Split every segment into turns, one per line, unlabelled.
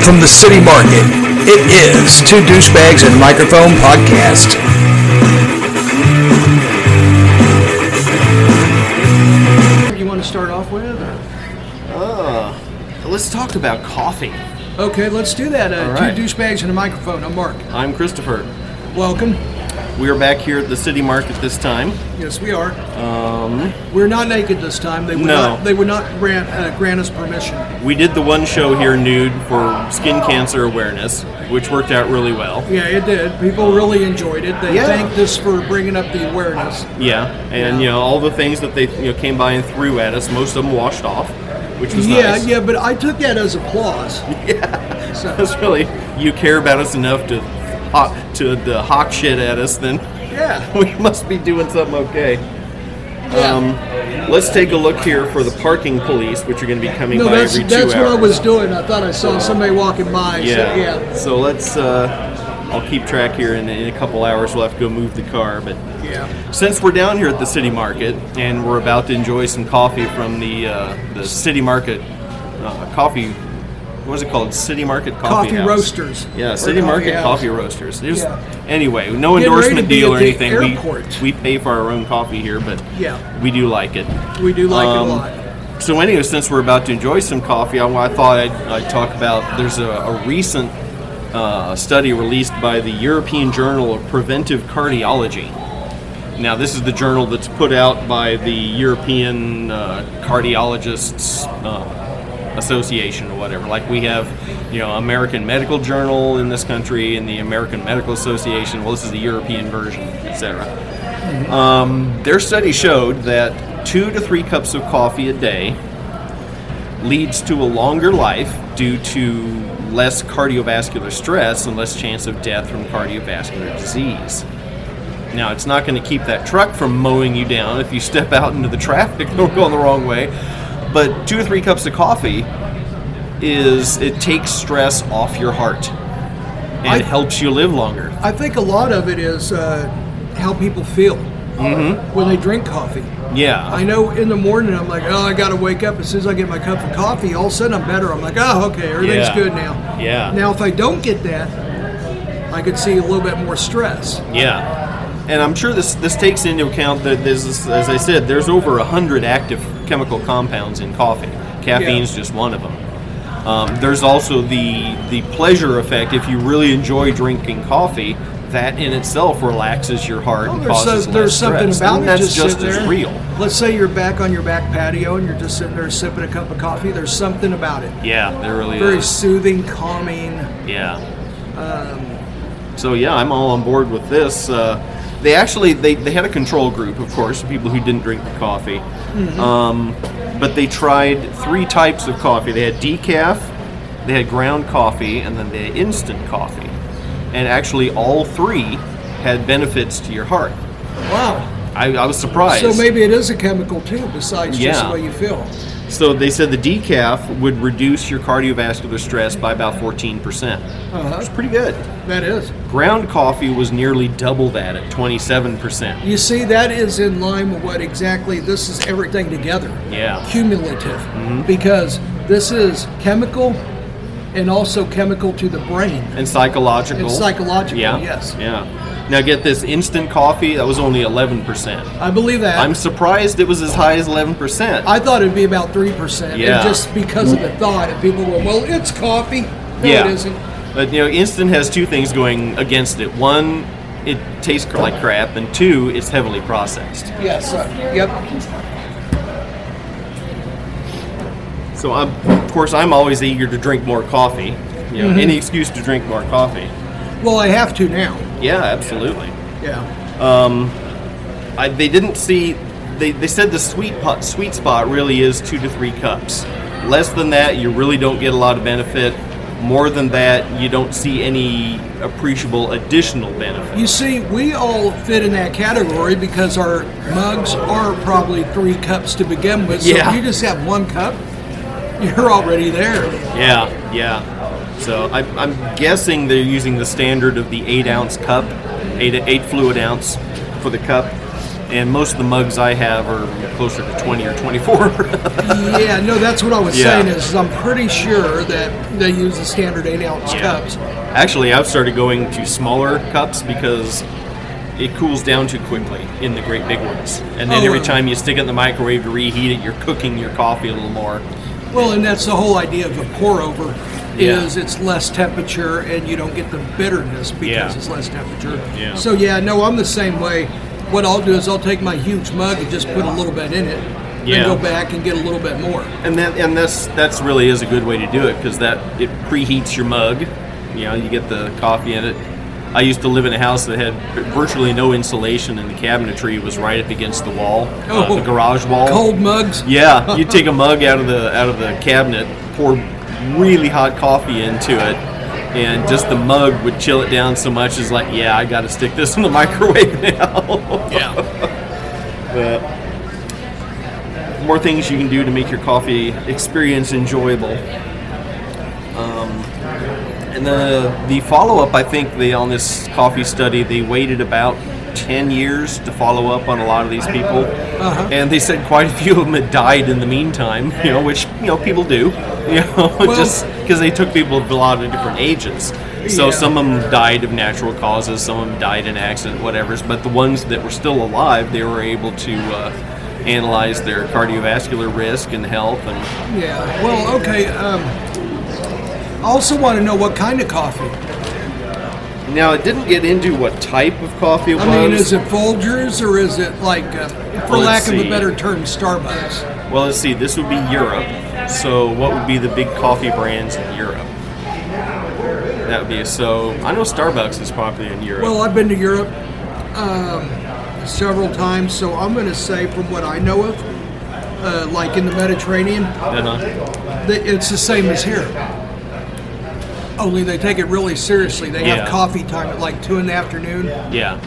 from the city market. It is Two Douchebags and Microphone Podcast.
you want to start off with? or-
Oh, Let's talk about coffee.
Okay, let's do that. Uh,
All right.
Two douchebags and a microphone. I'm Mark.
I'm Christopher.
Welcome.
We are back here at the city market this time.
Yes, we are. Um, We're not naked this time. They would
No.
not. They would not grant uh, grant us permission.
We did the one show here nude for skin cancer awareness, which worked out really well.
Yeah, it did. People really enjoyed it. They
Yeah.
thanked us for bringing up the awareness.
Yeah, and you know all the things that they you know came by and threw at us, most of them washed off, which was
yeah,
nice.
yeah, but I took that as applause. Yeah. So,
That's really you care about us enough to hawk, to the hawk shit at us, then
yeah.
we must be doing something okay.
yeah.
Um, let's take a look here for the parking police, which are going to be coming
no,
by
that's
every two
that's what
hours.
I was doing. I thought I saw somebody walking by.
Yeah.
So, yeah.
So let's. Uh, I'll keep track here, and in a couple hours we'll have to go move the car. But
Yeah.
since we're down here at the city market and we're about to enjoy some coffee from the uh, the city market uh, coffee, what was it called? City market coffee.
Coffee
House.
Roasters.
Yeah,
Or
city
coffee
market
house.
coffee roasters. There's-
Yeah.
Anyway, no
Getting ready to
endorsement
be
deal
at
or
the
anything.
airport.
We we pay for our own coffee here, but
Yeah.
we do like it.
We do like
Um,
it a lot.
So anyway, since we're about to enjoy some coffee, I, I thought I'd, I'd talk about there's a, a recent uh, study released by the European Journal of Preventive Cardiology. Now, this is the journal that's put out by the European uh, Cardiologists uh, Association or whatever. Like we have, you know, American Medical Journal in this country and the American Medical Association. Well, this is the European version, etc. Their study showed that two to three cups of coffee a day leads to a longer life due to less cardiovascular stress and less chance of death from cardiovascular disease. Now, it's not going to keep that truck from mowing you down if you step out into the traffic or go the wrong way, but two or three cups of coffee is it takes stress off your heart and
I-
helps you live longer.
I think a lot of it is uh, how people feel
Mm-hmm.
when they drink coffee.
Yeah.
I know in the morning I'm like, oh, I got to wake up. As soon as I get my cup of coffee, all of a sudden I'm better. I'm like, oh, okay, everything's
Yeah.
good now.
Yeah.
Now, if I don't get that, I could see a little bit more stress.
Yeah, and I'm sure this this takes into account that there's, this- as I said, there's over hundred active chemical compounds in coffee. Caffeine's just one of them. Um, there's also the the pleasure effect. If you really enjoy drinking coffee, that in itself relaxes your heart
Well,
and
Oh, there's,
causes
so, there's
less
something
stress.
about
and
it
that's
just,
just,
sitting
as
there.
real.
Let's say you're back on your back patio and you're just sitting there sipping a cup of coffee. There's something about it.
Yeah, there really
Very
is.
soothing, calming.
Yeah.
Um,
so yeah, I'm all on board with this. Uh, they actually they, they had a control group, of course, people who didn't drink the coffee.
Mm-hmm.
Um, but they tried three types of coffee. They had decaf, they had ground coffee, and then they had instant coffee. And actually, all three had benefits to your heart.
Wow.
I, I was surprised.
So maybe it is a chemical too, besides just
Yeah.
the way you feel.
So they said the decaf would reduce your cardiovascular stress by about 14%,
Uh-huh.
which is pretty good.
That is.
Ground coffee was nearly double that at 27%.
You see, that is in line with what exactly this is everything together.
Yeah. Mm-hmm.
Cumulative. Because this is chemical and also chemical to the brain.
And psychological.
It's psychological,
yeah.
yes.
Yeah. Now get this instant coffee, that was only 11%.
I believe that.
I'm surprised it was as high as 11%.
I thought it'd be about 3%. and
Yeah.
just because of the thought, and people were, well, it's coffee. No, it
yeah.
isn't.
But you know, instant has two things going against it. One, it tastes like crap, and two, it's heavily processed.
Yes. uh, yep.
So I'm, of course, I'm always eager to drink more coffee. You
Mm-hmm.
know, any excuse to drink more coffee.
Well, I have to now.
Yeah, absolutely.
Yeah.
I, they didn't see. They, they said the sweet pot, sweet spot really is two to three cups. Less than that, you really don't get a lot of benefit. More than that, you don't see any appreciable additional benefit.
You see, we all fit in that category because our mugs are probably three cups to begin with. So
Yeah.
if you just have one cup, you're already there.
Yeah, yeah. So I, I'm guessing they're using the standard of the eight ounce cup, eight eight fluid ounce for the cup. and most of the mugs I have are closer to 20 or 24.
Yeah, no, that's what I was
Yeah.
saying is I'm pretty sure that they use the standard eight ounce cups.
Actually, I've started going to smaller cups because it cools down too quickly in the great big ones. And then
Oh,
every
uh,
time you stick it in the microwave to reheat it, you're cooking your coffee a little more.
Well, and that's the whole idea of a pour over
Yeah.
is it's less temperature and you don't get the bitterness because
Yeah.
it's less temperature.
Yeah.
So yeah, no, I'm the same way. What I'll do is I'll take my huge mug and just put a little bit in it
Yeah.
and go back and get a little bit more.
And that and that's that's really is a good way to do it because that it preheats your mug. You know, you get the coffee in it. I used to live in a house that had virtually no insulation, and the cabinetry was right up against the wall, uh,
Oh.
the garage wall.
Cold mugs.
Yeah, you take a mug out of the out of the cabinet, pour really hot coffee into it, and just the mug would chill it down so much. It's like, yeah, I got to stick this in the microwave now.
Yeah.
but more things you can do to make your coffee experience enjoyable. Um, and the the follow up, I think they on this coffee study, they waited about. 10 years to follow up on a lot of these people
Uh-huh.
and they said quite a few of them had died in the meantime you know which you know people do you know
Well-
just because they took people of a lot of different ages so
Yeah.
some of them died of natural causes, some of them died in accident, whatever's. But the ones that were still alive, they were able to uh, analyze their cardiovascular risk and health. And
Yeah. Well, okay. Um, I also want to know what kind of coffee.
now it didn't get into what type of coffee it
I
was.
mean, is it Folgers or is it like, uh, for
Let's
lack of
see.
a better term, Starbucks?
Well, let's see. This would be Europe. So what would be the big coffee brands in Europe? That would be so. I know Starbucks is popular in Europe.
Well, I've been to Europe um, several times, so I'm going to say, from what I know of, uh, like in the Mediterranean,
uh-huh.
that it's the same as here. Only they take it really seriously. They
Yeah.
have coffee time at like two in the afternoon.
Yeah.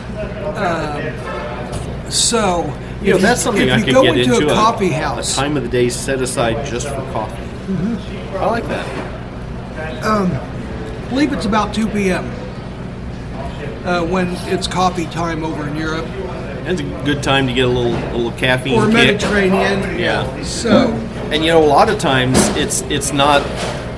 So,
You know,
if
that's something
if
I
you
could
go
get
into,
into
a coffee house, Mm-hmm.
A time of the day set aside just for coffee. I like that.
I believe it's about 2 p.m. Uh, when it's coffee time over in Europe
That's a good time to get a little a little caffeine
or
kick.
Mediterranean.
Yeah.
So,
And you know, a lot of times it's it's not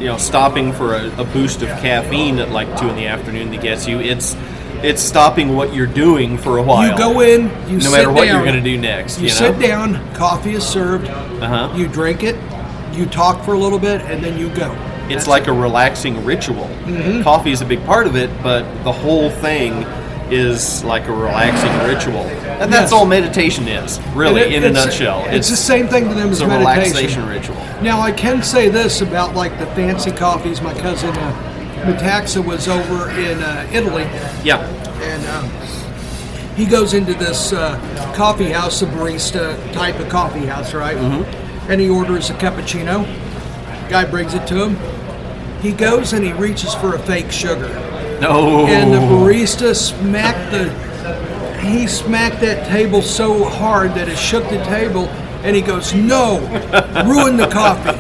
you know stopping for a, a boost of caffeine at like two in the afternoon that gets you. It's it's stopping what you're doing for a while.
you go in, you
no
sit
matter what
down,
you're going to do next.
You,
You, know?
sit down, coffee is served,
Uh-huh.
you drink it, you talk for a little bit, and then you go.
It's like a relaxing ritual.
Mm-hmm.
Coffee is a big part of it, but the whole thing is like a relaxing ritual, and
Yes.
that's all meditation is really
And it-
in a
it's-
nutshell.
It's, the same thing to them
it's
as
a
meditation.
relaxation ritual.
Now, I can say this about like the fancy coffees. My cousin uh, Metaxa was over in uh, Italy,
Yeah.
and um, he goes into this uh, coffee house, a barista type of coffee house, right? And he orders a cappuccino. Guy brings it to him. He goes and he reaches for a fake sugar.
No.
and the barista smacked the he smacked that table so hard that it shook the table and he goes no ruin the coffee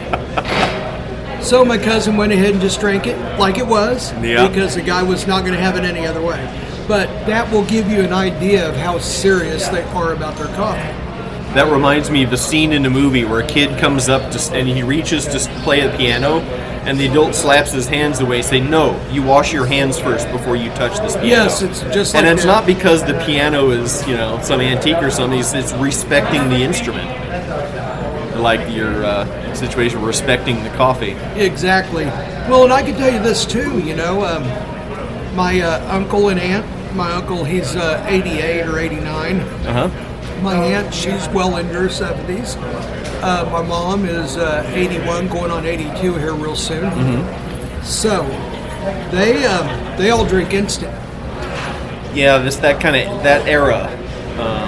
so my cousin went ahead and just drank it like it was
Yeah.
because the guy was not going to have it any other way but that will give you an idea of how serious they are about their coffee
That reminds me of the scene in the movie where a kid comes up to, and he reaches to play the piano, and the adult slaps his hands away, saying, "No, you wash your hands first before you touch this piano."
Yes, it's just
and
like
it's
that.
not because the piano is you know some antique or something. It's, it's respecting the instrument, like your uh, situation, respecting the coffee.
Exactly. Well, and I can tell you this too. You know, um, my uh, uncle and aunt. My uncle, he's uh, 88 or 89.
Uh huh.
My aunt, she's well into her 70s. Uh, my mom is uh, 81, going on 82 here real soon.
Mm-hmm.
So they um, they all drink instant.
Yeah, this that kind of that era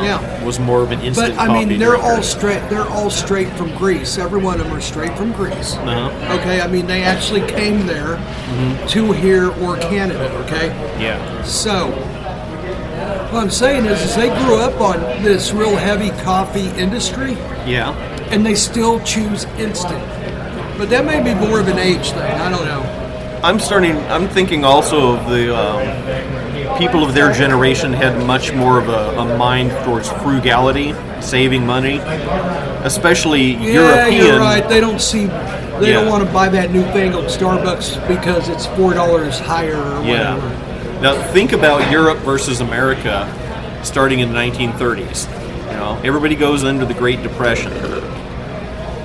Yeah.
was more of an instant
But I
coffee.
mean, they're
drinker.
all straight. They're all straight from Greece. Every one of them are straight from Greece.
Uh-huh.
Okay, I mean, they actually came there
Mm-hmm.
to here or Canada. Okay,
Yeah.
So, what I'm saying is, is they grew up on this real heavy coffee industry,
Yeah.
and they still choose instant. But that may be more of an age thing. I don't know.
I'm starting. I'm thinking also of the um, people of their generation had much more of a, a mind towards frugality, saving money, especially
Yeah,
European.
you're right. They don't see. They don't
Yeah.
want to buy that newfangled Starbucks because it's four dollars higher or
Yeah.
whatever.
Now think about Europe versus America, starting in the 1930s. You know, everybody goes under the Great Depression.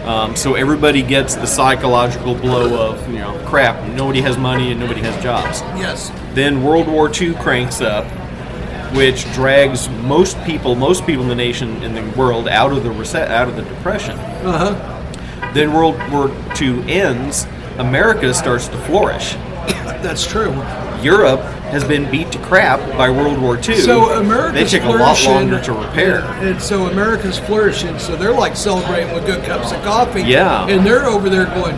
Um, so everybody gets the psychological blow of you know crap. Nobody has money and nobody has jobs.
Yes.
Then World War II cranks up, which drags most people, most people in the nation in the world out of the rece- out of the depression.
Uh huh.
Then World War II ends. America starts to flourish.
That's true.
Europe has been beat to crap by World War II.
So America's
they took a lot
flourishing,
longer to repair.
And, and so America's flourishing. So they're like celebrating with good cups of coffee.
Yeah.
And they're over there going,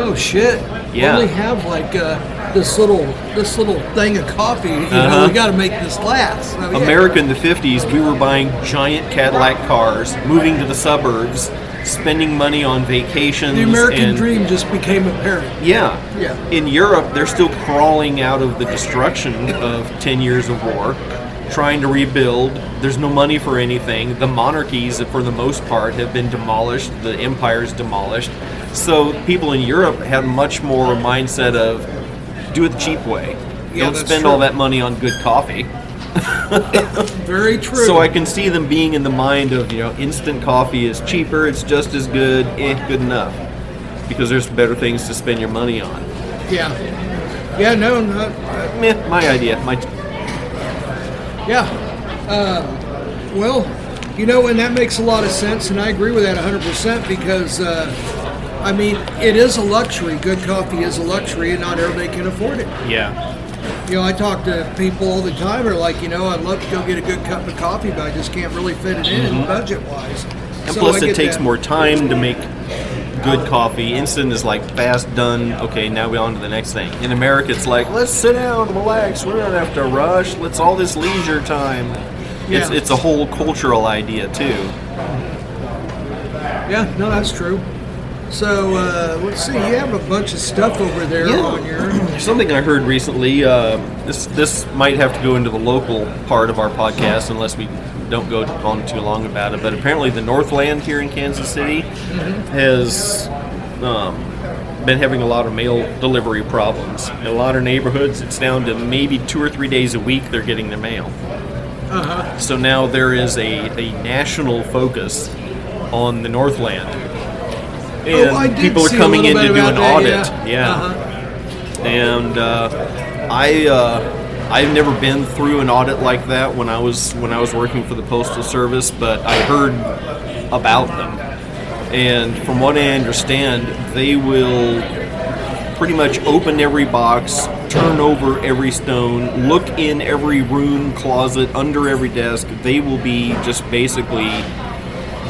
oh shit.
Yeah.
We only have like uh, this little this little thing of coffee. You know,
Uh-huh.
we got to make this last. So, yeah.
America in the 50s, we were buying giant Cadillac cars, moving to the suburbs, spending money on vacations.
The American
and-
dream just became apparent.
Yeah.
Yeah.
In Europe, they're still crawling out of the destruction of 10 years of war, trying to rebuild. There's no money for anything. The monarchies, for the most part, have been demolished, the empire's demolished. So people in Europe have much more a mindset of do it the cheap way.
Yeah,
Don't
that's
spend
true.
all that money on good coffee.
Very true.
So I can see them being in the mind of, you know, instant coffee is cheaper, it's just as good, eh, good enough. Because there's better things to spend your money on.
Yeah. Yeah, no, no.
Meh, my idea. My
Yeah. Uh, well, you know, and that makes a lot of sense, and I agree with that 100% because, uh, I mean, it is a luxury. Good coffee is a luxury, and not everybody can afford it.
yeah,
You know, I talk to people all the time who are like, you know, I'd love to go get a good cup of coffee, but I just can't really fit it in budget wise.
Mm-hmm. and plus it takes more time to make good coffee. Instant is like fast done. Okay, now we're on to the next thing. In America, it's like let's sit down, relax. We don't have to rush. Let's all this leisure time. It's
Yeah.
it's a whole cultural idea too.
Yeah, no, that's true. So, uh, let's see, you have a bunch of stuff over there on your.
Something I heard recently. Uh, this this might have to go into the local part of our podcast, unless we don't go on too long about it. But apparently, the Northland here in Kansas City
Mm-hmm.
has um, been having a lot of mail delivery problems. In a lot of neighborhoods, it's down to maybe two or three days a week they're getting their mail.
uh-huh.
So now there is a, a national focus on the Northland. And
Oh, I did
people are
see a
coming in
little
to
bit
do
about
an
that,
audit.
Yeah.
Yeah.
Uh-huh.
And uh, I uh, I've never been through an audit like that when I was when I was working for the postal service, but I heard about them. And from what I understand, they will pretty much open every box, turn over every stone, look in every room, closet, under every desk. They will be just basically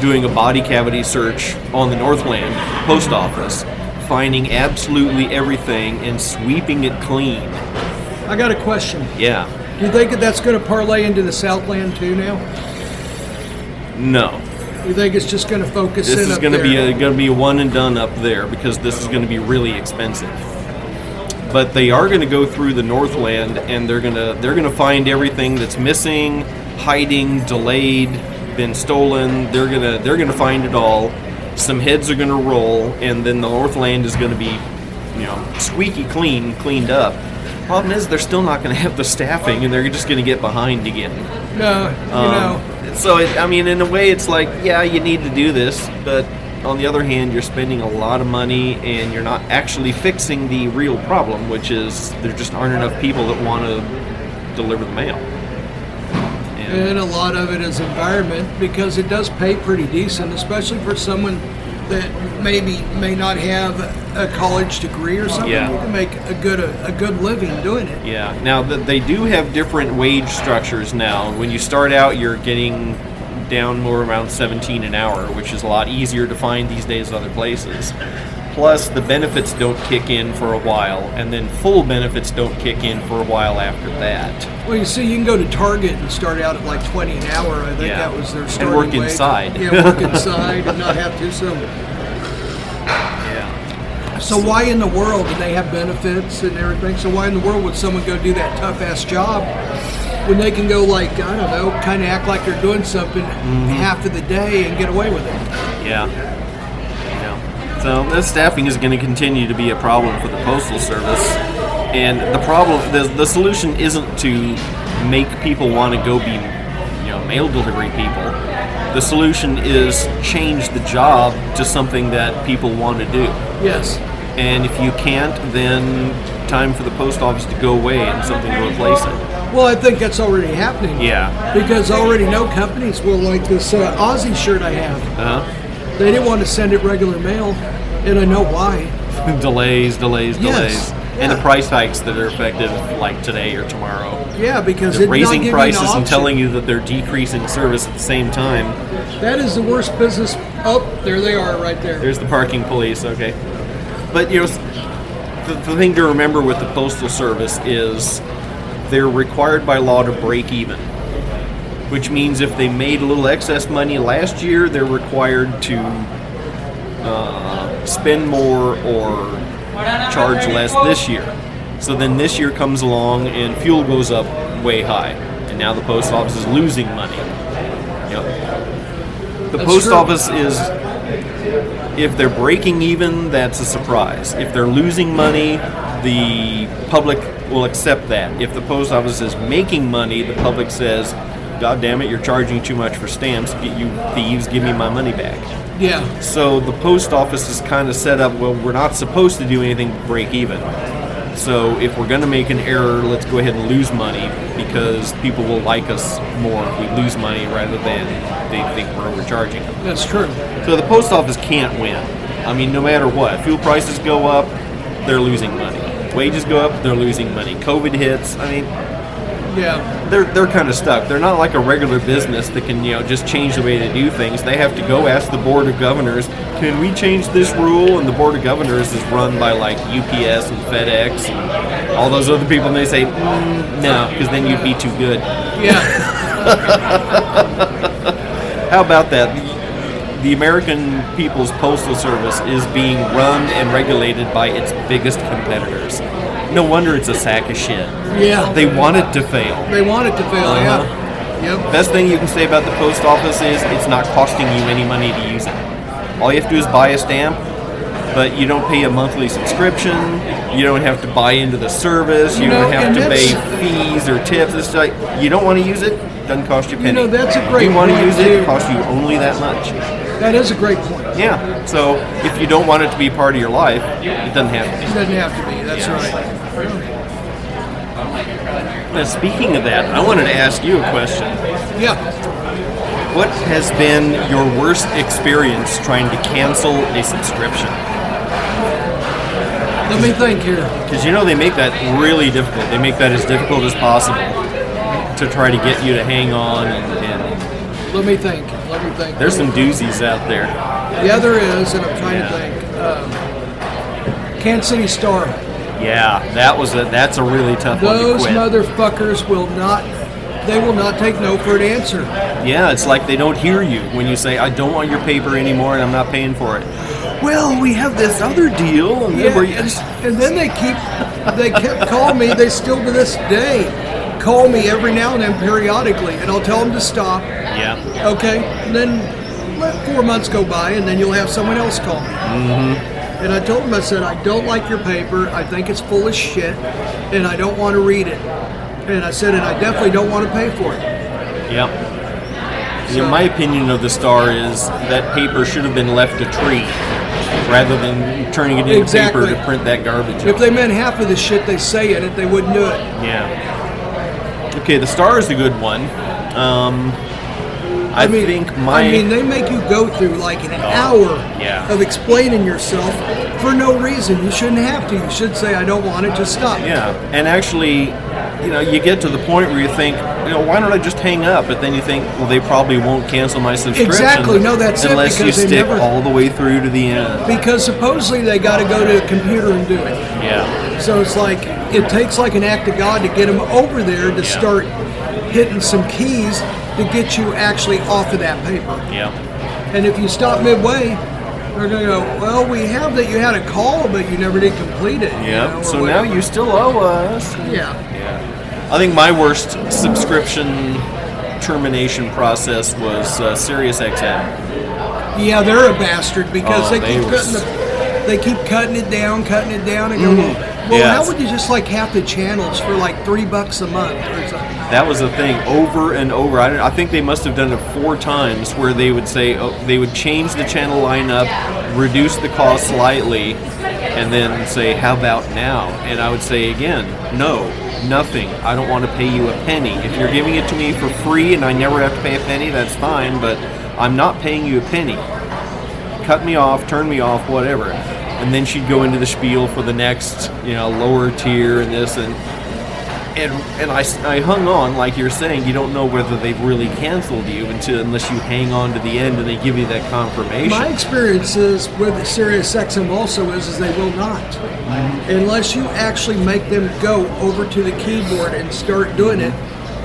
doing a body cavity search on the Northland post office, finding absolutely everything and sweeping it clean.
I got a question.
Yeah.
Do you think that that's going to parlay into the Southland too now?
No.
Do you think it's just going to focus in
This is
up
going to be
there?
a going to be a one and done up there because this is going to be really expensive. But they are going to go through the Northland and they're going to they're going to find everything that's missing, hiding, delayed, been stolen. They're going to they're going to find it all. Some heads are going to roll and then the Northland is going to be, you know, squeaky clean, cleaned up. Problem is they're still not going to have the staffing and they're just going to get behind again.
no, you
Um,
know.
so it, I mean, in a way, it's like, yeah, you need to do this, but on the other hand, you're spending a lot of money and you're not actually fixing the real problem, which is there just aren't enough people that want to deliver the mail. And
And a lot of it is environment because it does pay pretty decent, especially for someone that maybe may not have a college degree or something.
Yeah.
You can make a good a, good living doing it.
yeah, now th- they do have different wage structures now. When you start out, you're getting down more around 17 an hour, which is a lot easier to find these days in other places. Plus, the benefits don't kick in for a while, and then full benefits don't kick in for a while after that.
Well, you see, you can go to Target and start out at like twenty an hour. I think
Yeah.
that was their
And
starting
work
wage.
inside.
Yeah, work inside and not have to. So,
Yeah.
so why in the world? And they have benefits and everything. So why in the world would someone go do that tough ass job when they can go like I don't know, kind of act like they're doing something
Mm-hmm.
half of the day and get away with it.
Yeah. Yeah. So that staffing is going to continue to be a problem for the postal service, and the problem, the, the solution isn't to make people want to go be, you know, mail delivery people. The solution is change the job to something that people want to do.
Yes,
And if you can't, then time for the post office to go away and something to replace it.
well I think that's already happening.
Yeah.
because I already know companies will like this uh, Aussie shirt I have.
Uh-huh.
They didn't want to send it regular mail, and I know why.
delays, delays,
Yes,
delays. And the
yeah.
price hikes that are effective like today or tomorrow.
Yeah, because
They're
it's not
raising
giving
prices
you an
and
option.
telling you that they're decreasing service at the same time.
that is the worst business. Oh, there they are right there.
There's the parking police, okay. But you know, s- the, the thing to remember with the postal service is they're required by law to break even. Which means if they made a little excess money last year, they're required to uh, spend more or charge less this year. So then this year comes along and fuel goes up way high, and now the post office is losing money. Yep. The
That's
post
true.
office is if they're breaking even, that's a surprise. If they're losing money, the public will accept that. If the post office is making money, the public says, God damn it, you're charging too much for stamps. Get you thieves, give me my money back.
yeah,
So the post office is kind of set up, well, we're not supposed to do anything but break even. So if we're going to make an error, let's go ahead and lose money because people will like us more if we lose money rather than they think we're overcharging them.
that's true.
So the post office can't win. I mean, no matter what, fuel prices go up, they're losing money. Wages go up, they're losing money. COVID hits. I mean,
Yeah,
they're they're kind of stuck. They're not like a regular business that can you know just change the way they do things. They have to go ask the board of governors, can we change this rule? And the board of governors is run by like UPS and FedEx and all those other people, and they say mm, no, because then you'd be too good.
yeah,
How about that? The- The American People's Postal Service is being run and regulated by its biggest competitors. No wonder it's a sack of shit.
yeah.
They want it to fail.
They want it to fail,
Uh-huh.
yeah. Yep.
Best thing you can say about the post office is it's not costing you any money to use it. All you have to do is buy a stamp, but you don't pay a monthly subscription. You don't have to buy into the service. You,
You
don't
know,
have
and
to pay
that's-
fees or tips. It's like you don't want to use it, doesn't cost you a penny.
know, that's a great
You want to
point,
use it, it
too.
costs you only that much.
That is a great point. It
Yeah. So if you don't want it to be part of your life, it doesn't have to be.
doesn't have to be, that's
Yeah.
right.
Now, speaking of that, I wanted to ask you a question.
Yeah.
What has been your worst experience trying to cancel a subscription?
Let me think here.
Because you know they make that really difficult. They make that as difficult as possible to try to get you to hang on. And, and
Let me think. Let me think.
there's some doozies out there.
Yeah, there is, and I'm trying
Yeah.
to think. Um, Kansas City Star.
Yeah, that was a that's a really tough
Those
one to quit.
motherfuckers will not. They will not take no for an answer.
yeah, it's like they don't hear you when you say I don't want your paper anymore and I'm not paying for it. Well, we have this other deal. And then
Yeah,
we're-
and, and then they keep. They kept calling me. They still to this day call me every now and then periodically, and I'll tell them to stop.
yeah.
Okay, and then let four months go by, and then you'll have someone else call me. Mm-hmm. And I told him, I said, I don't like your paper. I think it's full of shit, and I don't want to read it. And I said, and I definitely don't want to pay for it.
Yep. You know, my opinion of the star is that paper should have been left a tree rather than turning it into
Exactly.
paper to print that garbage.
If
out.
they meant half of the shit they say in it, they wouldn't do it.
yeah. Okay, the star is a good one. Um, I, think my Oh,
I mean, they make you go through like an hour
yeah.
of explaining yourself for no reason. You shouldn't have to. You should say, I don't want it. Just stop.
yeah, and actually, you know, you get to the point where you think, you know, why don't I just hang up? But then you think, well, they probably won't cancel my subscription.
Exactly. No, that's it,
unless
because
you
they
stick
never-
all the way through to the end.
Because supposedly they got to go to a computer and do it.
Yeah,
So it's like it takes like an act of God to get them over there to
Yeah.
start hitting some keys to get you actually off of that paper.
yeah,
And if you stop midway, they're gonna go, well, we have that you had a call, but you never did complete it. you
yeah.
know, or
so now
whatever.
you still owe us.
yeah.
Yeah. I think my worst subscription termination process was uh, SiriusXM.
Yeah, they're a bastard because they,
Oh, they
keep
was-
cutting the, they keep cutting it down, cutting it down, and go, well, well
Yeah.
how would you just like half the channels for like three bucks a month or something?
That was a thing over and over. I, don't- I think they must have done it four times where they would say oh, they would change the channel lineup, reduce the cost slightly, and then say, "How about now?" And I would say again, "No, nothing. I don't want to pay you a penny. If you're giving it to me for free and I never have to pay a penny, that's fine. But I'm not paying you a penny." cut me off, turn me off, whatever. And then she'd go into the spiel for the next, you know, lower tier and this and and and I, s- I hung on like you're saying. You don't know whether they've really canceled you until unless you hang on to the end and they give you that confirmation.
My experience is with Sirius XM also is, is they will not. Unless you actually make them go over to the keyboard and start doing it,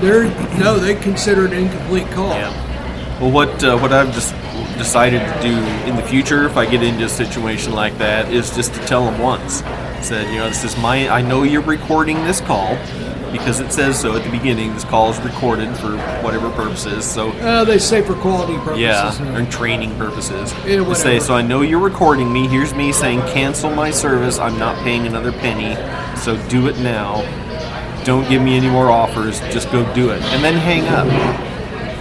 they're, no, they consider it an incomplete call.
Yeah. Well, what uh, what I've just decided to do in the future, if I get into a situation like that, is just to tell them once. Said, you know, this is my. I know you're recording this call because it says so at the beginning. This call is recorded for whatever purposes. So
Uh, they say for quality purposes.
yeah,
no.
or training purposes.
Yeah,
To say,
whatever.
so I know you're recording me. Here's me saying, cancel my service. I'm not paying another penny. So do it now. Don't give me any more offers. Just go do it. And then hang up.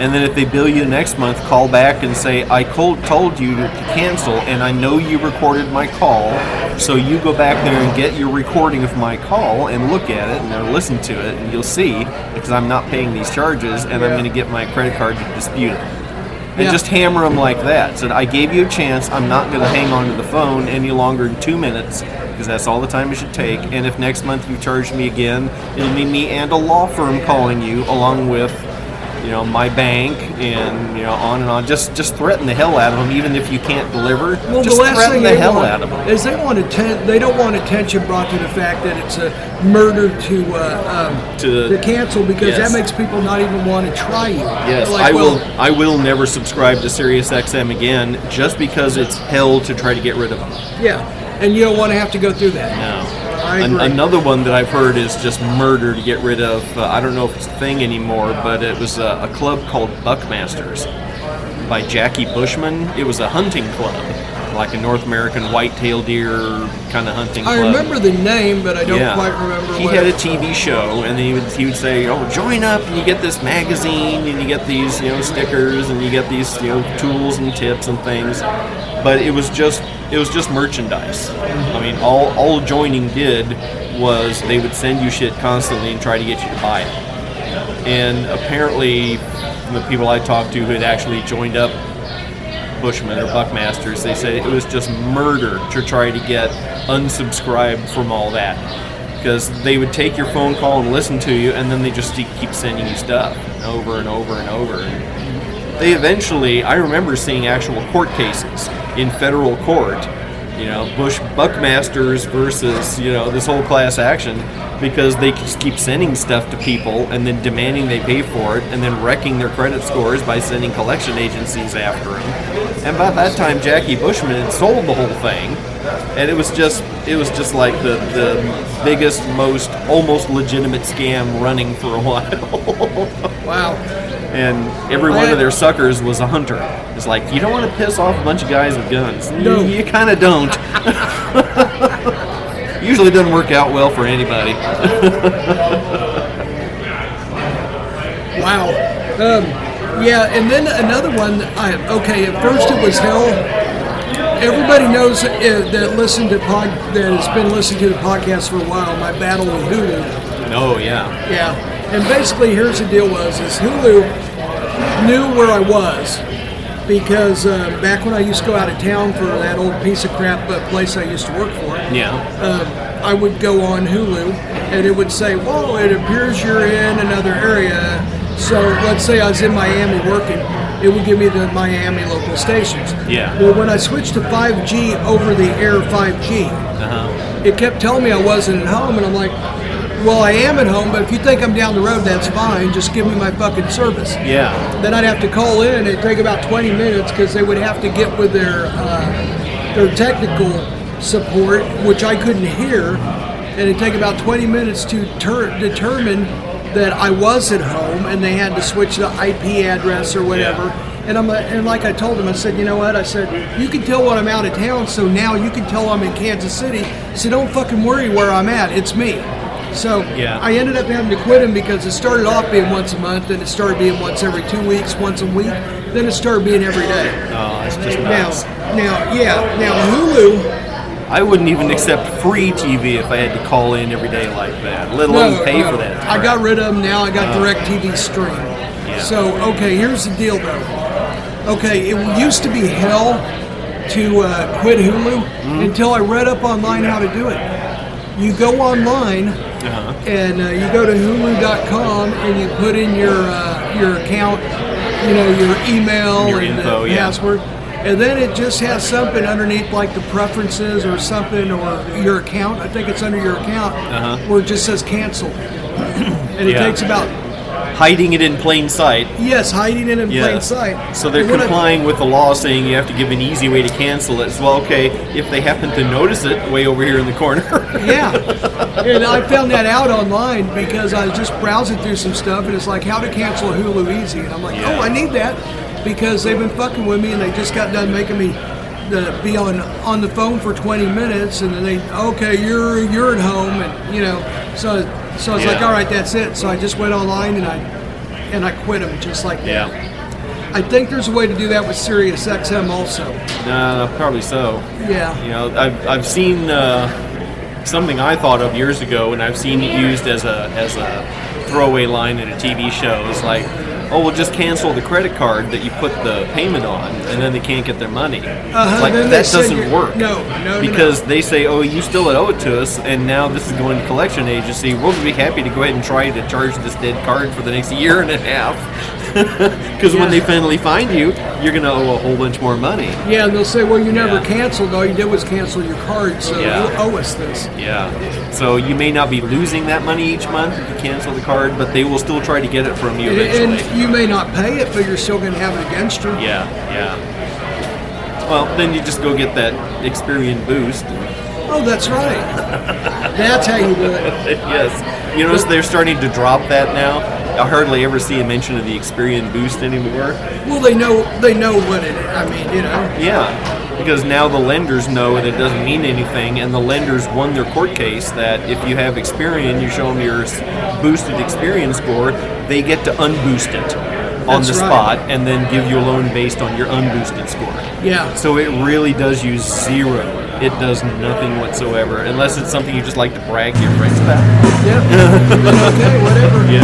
And then if they bill you next month, call back and say, I cold told you to cancel, and I know you recorded my call. So you go back there and get your recording of my call and look at it and or listen to it, and you'll see because I'm not paying these charges, and I'm
Yeah.
going to get my credit card to dispute it and
Yeah.
just hammer them like that. So I gave you a chance. I'm not going to hang on to the phone any longer than two minutes because that's all the time it should take. And if next month you charge me again, it'll be me and a law firm calling you, along with you know my bank and you know on and on. Just just threaten the hell out of them, even if you can't deliver.
Well,
just
the last
threaten
thing
the
they
hell
want
out of them.
is they want atten- They don't want attention brought to the fact that it's a murder to uh, um,
To-
to, cancel because
yes.
that makes people not even want to try you.
Yes,
Like,
I will.
well,
I will never subscribe to SiriusXM again, just because it's hell to try to get rid of them.
Yeah, and you don't want to have to go through that.
No.
I
An-
agree.
another one that I've heard is just murder to get rid of. Uh, I don't know if it's a thing anymore, but it was a, a club called Buckmasters by Jackie Bushman. It was a hunting club, like a North American whitetail deer kind of hunting
I
club.
remember the name, but I don't
yeah.
quite remember.
He
what
had a TV show, and then he would he would say, "Oh, join up, and you get this magazine, and you get these you know stickers, and you get these you know tools and tips and things." But it was just it was just merchandise. I mean, all all joining did was they would send you shit constantly and try to get you to buy it. And apparently, the people I talked to who had actually joined up Bushmen or Buckmasters, they said it was just murder to try to get unsubscribed from all that. Because they would take your phone call and listen to you, and then they just keep keep sending you stuff over and over and over. They eventually, I remember seeing actual court cases in federal court, you know, Bush Buckmasters versus, you know, this whole class action, because they just keep sending stuff to people and then demanding they pay for it and then wrecking their credit scores by sending collection agencies after them. And by that time, Jackie Bushman had sold the whole thing, and it was just it was just like the the biggest, most almost legitimate scam running for a while.
Wow.
and every one of their suckers was a hunter. It's like you don't want to piss off a bunch of guys with guns. You-
No.
you, kind of don't. Usually doesn't work out well for anybody.
Wow. Um, yeah, and then another one. I okay. At first, it was hell. Everybody knows uh, that listened to pod, that has been listening to the podcast for a while. My battle with Hulu.
No, yeah,
Yeah, and basically, here's the deal: was is Hulu knew where I was because uh, back when I used to go out of town for that old piece of crap uh, place I used to work for
yeah,
um, I would go on Hulu and it would say, Whoa, it appears you're in another area. So let's say I was in Miami working, it would give me the Miami local stations.
Yeah.
Well, when I switched to 5G over the air 5G,
Uh-huh.
it kept telling me I wasn't at home, and I'm like, Well, I am at home, but if you think I'm down the road, that's fine. Just give me my fucking service
yeah.
then I'd have to call in. It'd take about 20 minutes because they would have to get with their uh, their technical support, which I couldn't hear, and it'd take about 20 minutes to ter- determine that I was at home and they had to switch the IP address or whatever. And I'm like- and like I told them, I said, you know what? I said you can tell when I'm out of town, so now you can tell I'm in Kansas City. So don't fucking worry where I'm at. It's me. So
Yeah.
I ended up having to quit him because it started off being once a month, then it started being once every two weeks, once a week, then it started being every day.
Oh, it's just
Now,
nuts.
now, yeah, now Hulu.
I wouldn't even accept free TV if I had to call in every day like that, let alone
No,
pay
no.
for that. Uh,
I got rid of them now. I got direct TV stream. So, okay, here's the deal though. Okay, it used to be hell to uh, quit Hulu
Mm-hmm.
until I read up online how to do it. You go online
Uh-huh.
and uh, you go to Hulu.com and you put in your uh, your account, you know, your email
Your
and
info,
uh,
yeah.
password. And then it just has something underneath, like the preferences or something, or your account. I think it's under your account,
Uh-huh.
where it just says cancel. and it
Yeah.
takes about
Hiding it in plain sight.
yes, hiding it in plain
Yes.
sight.
So they're
And when I-
complying with the law saying you have to give an easy way to cancel it. So, well, okay, if they happen to notice it way over here in the corner.
yeah. And I found that out online because I was just browsing through some stuff and it's like how to cancel Hulu Easy. And I'm like,
Yeah.
oh, I need that because they've been fucking with me and they just got done making me uh, be on on the phone for 20 minutes and then they, okay, you're you're at home and you know, so so I was like,
Yeah.
all right, that's it. So I just went online and I and I quit them just like that.
yeah.
I think there's a way to do that with Sirius XM also.
Uh, probably so.
Yeah.
You know, I've, I've seen uh, something I thought of years ago, and I've seen it used as a as a throwaway line in a TV show. It's like, oh, we'll just cancel the credit card that you put the payment on, and then they can't get their money. It's like
Uh-huh, then they
that
send
doesn't
your-
work.
No, no, no, no.
because they say, oh, you still owe it to us, and now this is going to collection agency. We'll be happy to go ahead and try to charge this dead card for the next year and a half. Because when
Yeah.
they finally find you, you're going to owe a whole bunch more money.
Yeah, and they'll say, well, you never
Yeah.
canceled. All you did was cancel your card, so
Yeah.
you owe us this.
Yeah. So you may not be losing that money each month if you cancel the card, but they will still try to get it from you
And-
eventually.
And you may not pay it, but you're still going to have it against you.
yeah, yeah. Well, then you just go get that Experian boost.
Oh, that's right. that's how you do it.
yes. You notice they're starting to drop that now. I hardly ever see a mention of the Experian boost anymore.
Well, they know they know what it. I mean, you know.
Yeah, because now the lenders know that it doesn't mean anything, and the lenders won their court case that if you have Experian, you show them your s- boosted Experian score, they get to unboost it on
That's
the
right.
spot and then give you a loan based on your unboosted score.
Yeah.
So it really does use zero. It does nothing whatsoever, unless it's something you just like to brag to your friends about.
Yep. okay, whatever.
Yeah.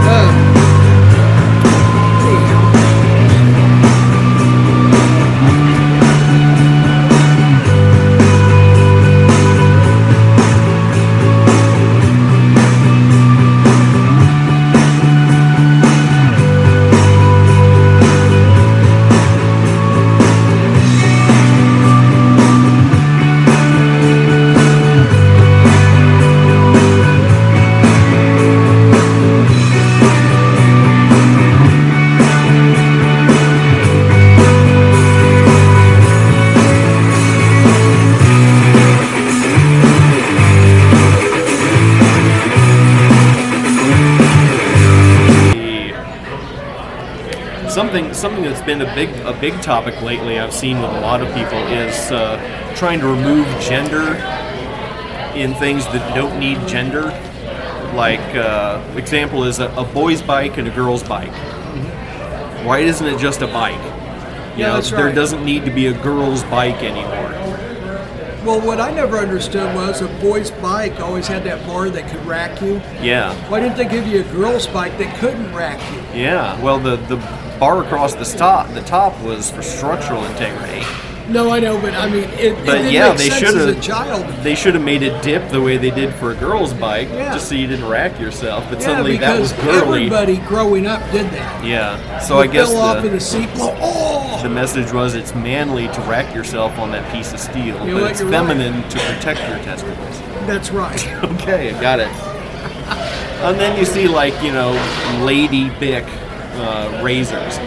Uh,
Something something that's been a big a big topic lately I've seen with a lot of people is uh, trying to remove gender in things that don't need gender. Like uh, example is a, a boy's bike and a girl's bike. Why isn't it just a bike? You
Yeah,
know,
that's
there
right.
doesn't need to be a girl's bike anymore.
well, what I never understood was a boy's bike always had that bar that could rack you.
Yeah,
Why didn't they give you a girl's bike that couldn't rack you?
yeah. Well, the the bar across the top the top was for structural integrity.
No, I know, but I mean, it, it
But
didn't
yeah,
make
they
sense
should
as a
have.
child.
They should have made it dip the way they did for a girl's bike,
Yeah.
just so you didn't rack yourself. But
Yeah,
suddenly that was
because
girly.
everybody growing up did that.
yeah. So I guess
fell off of the
the,
seat. blow- Oh,
the message was it's manly to rack yourself on that piece of steel,
know
but
what,
it's
you're right.
feminine to protect your testicles.
that's right.
Okay, I got it. And then you see like you know, lady bic uh, razors.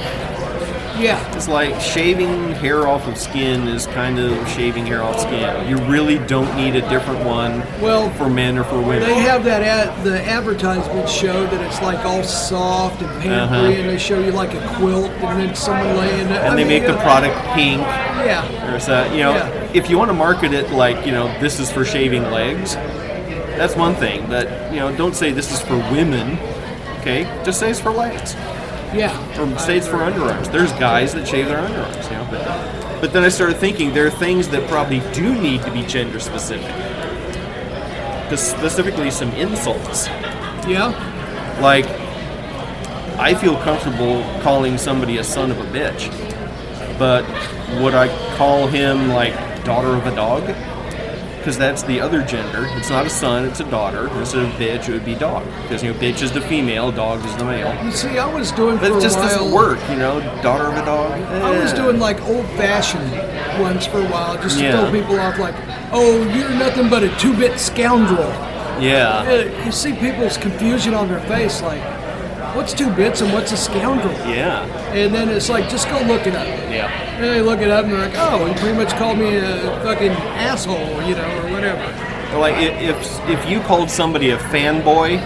Yeah.
It's like shaving hair off of skin is kind of shaving hair off skin. You really don't need a different one
Well,
for men or for women.
They have that ad, the advertisement show that it's like all soft and pampery,
Uh-huh.
and they show you like a quilt and then someone laying it.
and they make the product pink.
Yeah,
Or so, you know,
Yeah.
if you want to market it like, you know, this is for shaving legs, that's one thing. But, you know, don't say this is for women, okay? Just say it's for legs.
yeah.
or states for underarms. There's guys that shave their underarms, you know. But, but then I started thinking there are things that probably do need to be gender specific. Just Specifically, some insults.
Yeah,
Like, I feel comfortable calling somebody a son of a bitch, but would I call him like daughter of a dog? Because that's the other gender. It's not a son; it's a daughter. Instead of bitch, it would be dog. Because you know, bitch is the female, dog is the male.
you see, I was doing
But
for
it just
a while.
doesn't work, you know. Daughter of a dog.
I was
eh.
doing like old-fashioned ones for a while, just to
Yeah.
throw people off. Like, oh, you're nothing but a two-bit scoundrel.
Yeah.
Uh, you see people's confusion on their face, like, what's two bits and what's a scoundrel?
Yeah.
And then it's like, just go look it up.
Yeah.
And they look it up and they're like, oh, he pretty much called me a fucking asshole, you know, or whatever.
Or Like i- if if you called somebody a fanboy,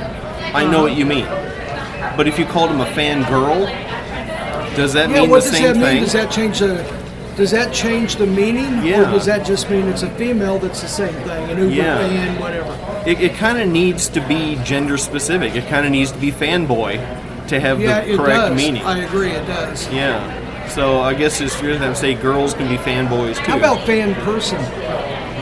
I know what you mean. But if you called them a fangirl, does that
Yeah,
mean
what
the
does
same
that mean?
thing?
Does that change the does that change the meaning?
Yeah.
Or does that just mean it's a female that's the same thing, an Uber
Yeah.
fan, whatever?
it it kind of needs to be gender specific. It kind of needs to be fanboy to have
Yeah,
the
it
correct
does.
meaning.
I agree, it does.
yeah. So I guess it's weird that say girls can be fanboys too.
How about fan person?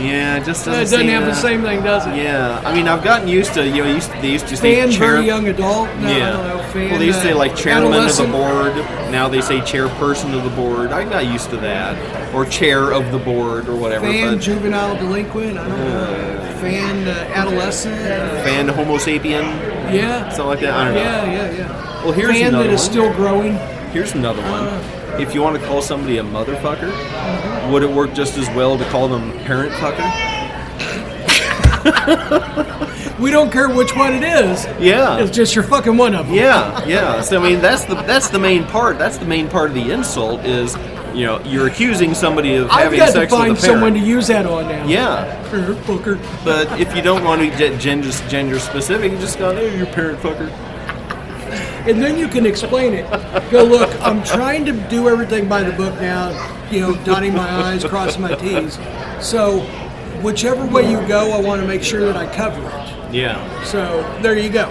yeah, it just
That
doesn't,
doesn't
seem
have the
to-
same thing, does it?
Yeah, I mean, I've gotten used to you know used to, they used to say
Fan,
chair.
very young adult? No, I
yeah.
don't know. Fan,
well, they used to say
uh,
like chairman of the
adolescent?
board. Now they say chairperson of the board. I got used to that, or chair of the board, or whatever.
Fan
but
juvenile delinquent? I don't know. Fan uh, adolescent? uh,
fan Homo sapien,
yeah.
something like that. I don't know.
Yeah, yeah, yeah.
Well, here's
fan
another
that is
one.
still Uh-huh. growing.
Here's another one. If you want to call somebody a motherfucker,
Mm-hmm.
would it work just as well to call them parent fucker?
We don't care which one it is.
Yeah.
It's just you're fucking one of them.
Yeah, yeah. So I mean, that's the that's the main part. That's the main part of the insult is, you know, you're accusing somebody of
I've
having
got to
sex
find
with a parent.
someone to use that on now.
yeah,
Er, Fucker.
but if you don't want to get gender gender specific, you just go, "Hey, you parent fucker."
And then you can explain it. Go, look, I'm trying to do everything by the book now, you know, dotting my I's, crossing my T's. So, whichever way you go, I want to make sure that I cover it.
Yeah,
So, there you go.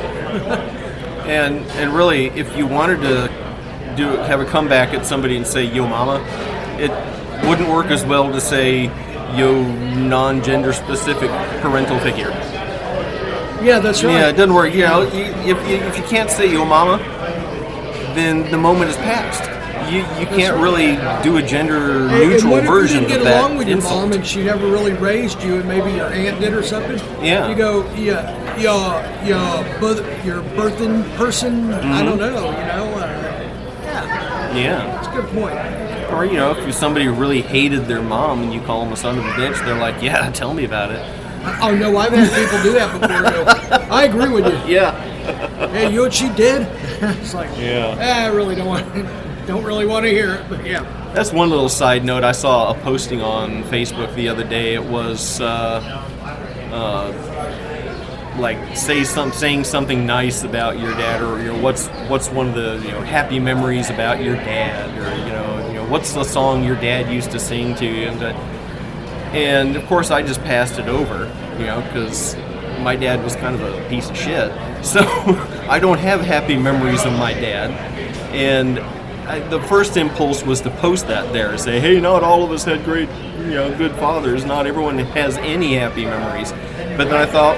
and and really, if you wanted to do have a comeback at somebody and say "Yo, mama," it wouldn't work as well to say "Yo, non-gender specific parental figure."
Yeah, that's right.
Yeah, it doesn't work. You know, you, if, if you can't say yo mama, then the moment is past. You you can't really do a gender
And- and
neutral
what if you
version
didn't get
of that
along with your
insult.
mom and she never really raised you and maybe your aunt did or something
Yeah.
you go yeah yeah yeah but your birthing person i don't
Mm-hmm.
know you know uh, yeah
yeah,
that's a good point
or you know, if somebody really hated their mom and you call them a son of a bitch, they're like, yeah, tell me about it.
oh no i've had people do that before though. i agree with you
Yeah,
hey you know what she did it's like
Yeah.
"Eh, i really don't want don't really want to hear it but yeah
that's one little side note. I saw a posting on Facebook the other day. It was. Uh, uh, like say some saying something nice about your dad or you know what's what's one of the you know happy memories about your dad or you know you know what's the song your dad used to sing to you and uh, that- and of course I just passed it over you know because my dad was kind of a piece of shit so I don't have happy memories of my dad and I, the first impulse was to post that there and say hey not all of us had great you know good fathers not everyone has any happy memories but then I thought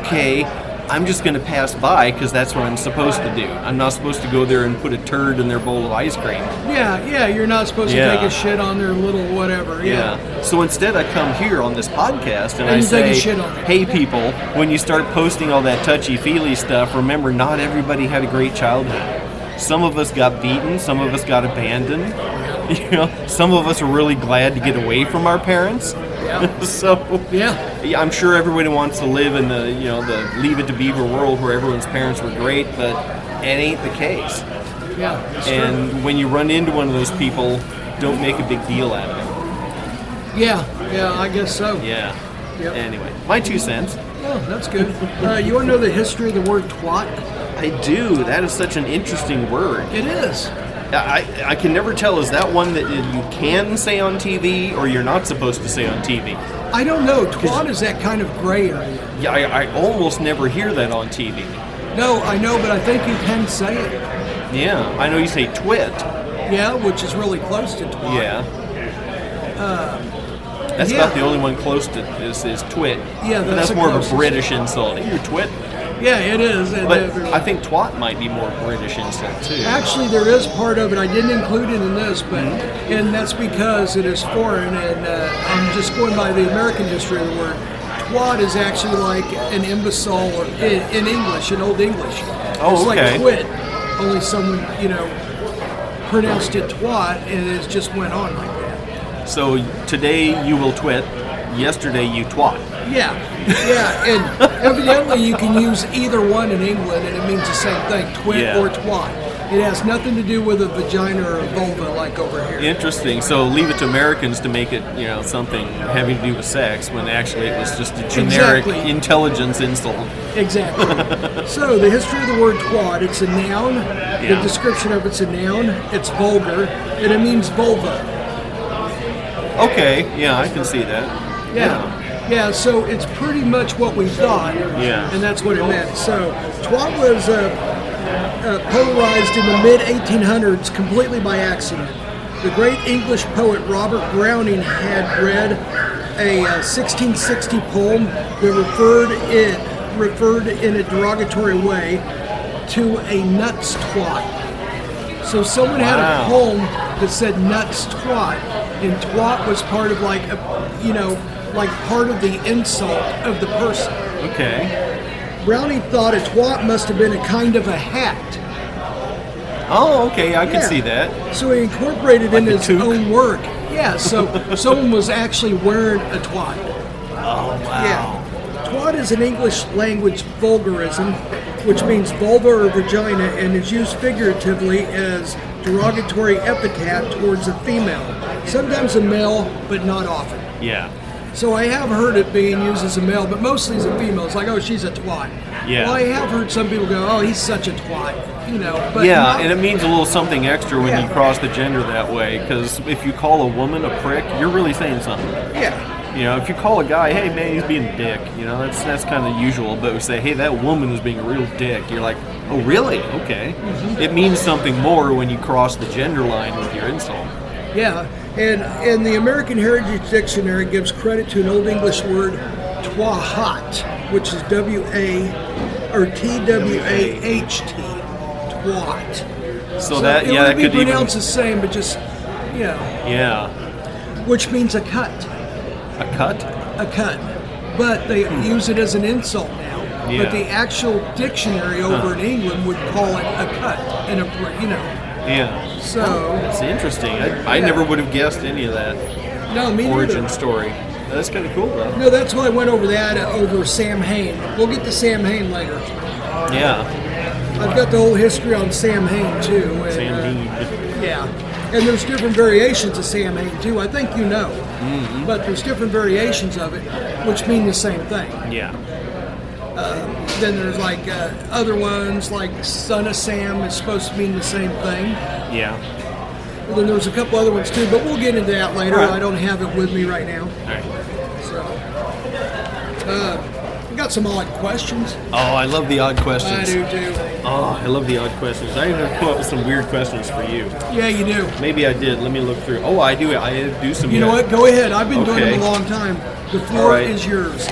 okay, I'm just going to pass by because that's what I'm supposed to do. I'm not supposed to go there and put a turd in their bowl of ice cream.
yeah yeah you're not supposed
Yeah.
to take a shit on their little whatever yeah,
So instead, I come here on this podcast and,
And
I
you take
say,
a shit on it.
hey, people, when you start posting all that touchy feely stuff, remember not everybody had a great childhood. Some of us got beaten, some of us got abandoned. You know, some of us are really glad to get away from our parents.
Yeah.
so
yeah.
Yeah, I'm sure everybody wants to live in the you know the Leave It to Beaver world where everyone's parents were great, but it ain't the case.
Yeah, it's true.
And when you run into one of those people, don't make a big deal out of it.
yeah, yeah, I guess so.
Yeah.
Yep.
Anyway, my two cents.
Oh, that's good. Uh, you want to know the history of the word twat?
I do. That is such an interesting word.
It is.
I, I can never tell. Is that one that you can say on TV or you're not supposed to say on TV?
I don't know. Twat is that kind of gray area.
Yeah, I, I almost never hear that on TV.
No, I know, but I think you can say it.
Yeah, I know you say twit.
Yeah, which is really close to twat.
Yeah. that's
Um, yeah.
about the only one close to this is twit.
Yeah,
But
that's
that's,
the
more of
closest.
a British insult. You twit.
Yeah, it is. And,
But
uh,
I think twat might be more British insult too.
Actually, there is part of it I didn't include it in this, but
Mm-hmm.
and that's because it is foreign, and uh, I'm just going by the American history of the word. Twat is actually like an imbecile or in, in English, in Old English.
Oh,
it's
okay.
like quit, only someone you know pronounced it twat, and it just went on like that.
So today you will twit. Yesterday you twat.
Yeah, yeah, and evidently you can use either one in England, and it means the same thing, twit
Yeah.
or twat. It has nothing to do with a vagina or a vulva like over here.
Interesting. So leave it to Americans to make it, you know, something having to do with sex when actually it was just a generic
Exactly.
intelligence insult.
Exactly. so the history of the word quad, it's a noun. The
Yeah.
description of it's a noun. It's vulgar, and it means vulva.
Okay, yeah, I can see that.
Yeah. Yeah, so it's pretty much what we thought.
Yeah.
And that's what it meant. So twat was uh, uh, polarized in the mid 1800s completely by accident. The great English poet Robert Browning had read a uh, 1660 poem that referred it referred in a derogatory way to a nuts twat. So someone had
Wow.
a poem that said nuts twat, and twat was part of like a, you know like part of the insult of the person.
Okay.
Browning thought a twat must have been a kind of a hat.
Oh, okay, I can
Yeah.
see that.
So he incorporated in
Like a
his
toque?
own work. Yeah, so someone was actually wearing a twat. Oh, wow. Yeah. Twat is an English language vulgarism, which means vulva or vagina, and is used figuratively as derogatory epithet towards a female. Sometimes a male, but not often.
Yeah.
So I have heard it being used as a male, but mostly as a female. It's like, oh, she's a twat.
Yeah.
Well, I have heard some people go, oh, he's such a twat, you know. But
Yeah,
not-
and it means a little something extra when you
Yeah.
cross the gender that way because if you call a woman a prick, you're really saying something.
yeah.
You know, if you call a guy, hey man, he's being a dick, you know, that's that's kind of usual. But we say, hey, that woman is being a real dick. You're like, oh really? Okay.
Mm-hmm.
It means something more when you cross the gender line with your insult.
Yeah, and and the American Heritage Dictionary gives credit to an Old English word, twahat, which is W A or T W A H T, twat.
So, that
it
yeah,
would
that
be
could even
pronounced the same, but just you know,
yeah,
which means a cut,
a cut.
a cut. But they use it as an insult now.
Hmm. Yeah.
But the actual dictionary over in England would call it a cut and a pr- you know.
Yeah,
So
it's interesting. I, I
Yeah.
never would have guessed any of that
no, me neither.
origin story. That's kind of cool though.
No, that's why I went over that uh, over Sam Hain. We'll get to Sam Hain later.
Yeah,
I've got the whole history on Sam Hain too. And, uh,
Sam
yeah, and there's different variations of Sam Hain too. I think you know,
Mm-hmm.
but there's different variations of it, which mean the same thing.
Dean. Yeah,
Then there's like uh, other ones like Son of Sam is supposed to mean the same thing.
yeah.
And then there's a couple other ones too, but we'll get into that later.
Right.
I don't have it with me right now,
All right.
so. Uh, I got some odd questions.
Oh, I love the odd
I
questions.
do too.
Oh, I love the odd questions. I even come up with some weird questions for you.
Yeah, you do.
Maybe I did. Let me look through. Oh, I do. I do some.
You know what? Go ahead. I've been doing
Okay.
them a long time. The floor
right.
is yours.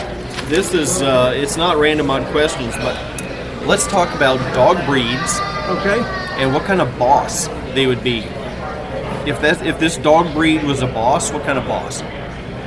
This is. Uh, it's not random odd questions, but let's talk about dog breeds
Okay.
and what kind of boss they would be. If that if this dog breed was a boss, what kind of boss?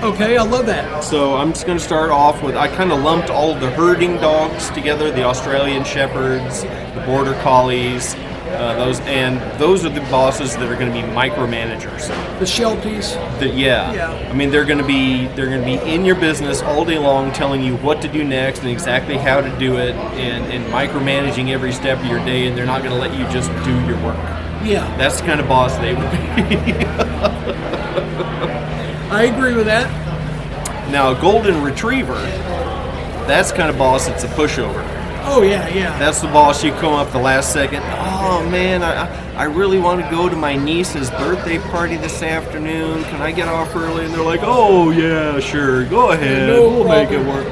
Okay. I love that.
So I'm just going to start off with I kind of lumped all the herding dogs together: the Australian Shepherds, the Border Collies, uh, those, and those are the bosses that are going to be micromanagers.
The Shelties.
That yeah.
Yeah.
I mean, they're going to be they're going to be in your business all day long, telling you what to do next and exactly how to do it, and, and micromanaging every step of your day, and they're not going to let you just do your work.
Yeah,
That's the kind of boss they would be.
I agree with that.
now, a golden retriever, that's the kind of boss that's a pushover.
Oh yeah, yeah.
That's the boss you come up the last second. Oh man, I I really want to go to my niece's birthday party this afternoon. Can I get off early? And they're like, Oh yeah, sure, go ahead, we'll make it work.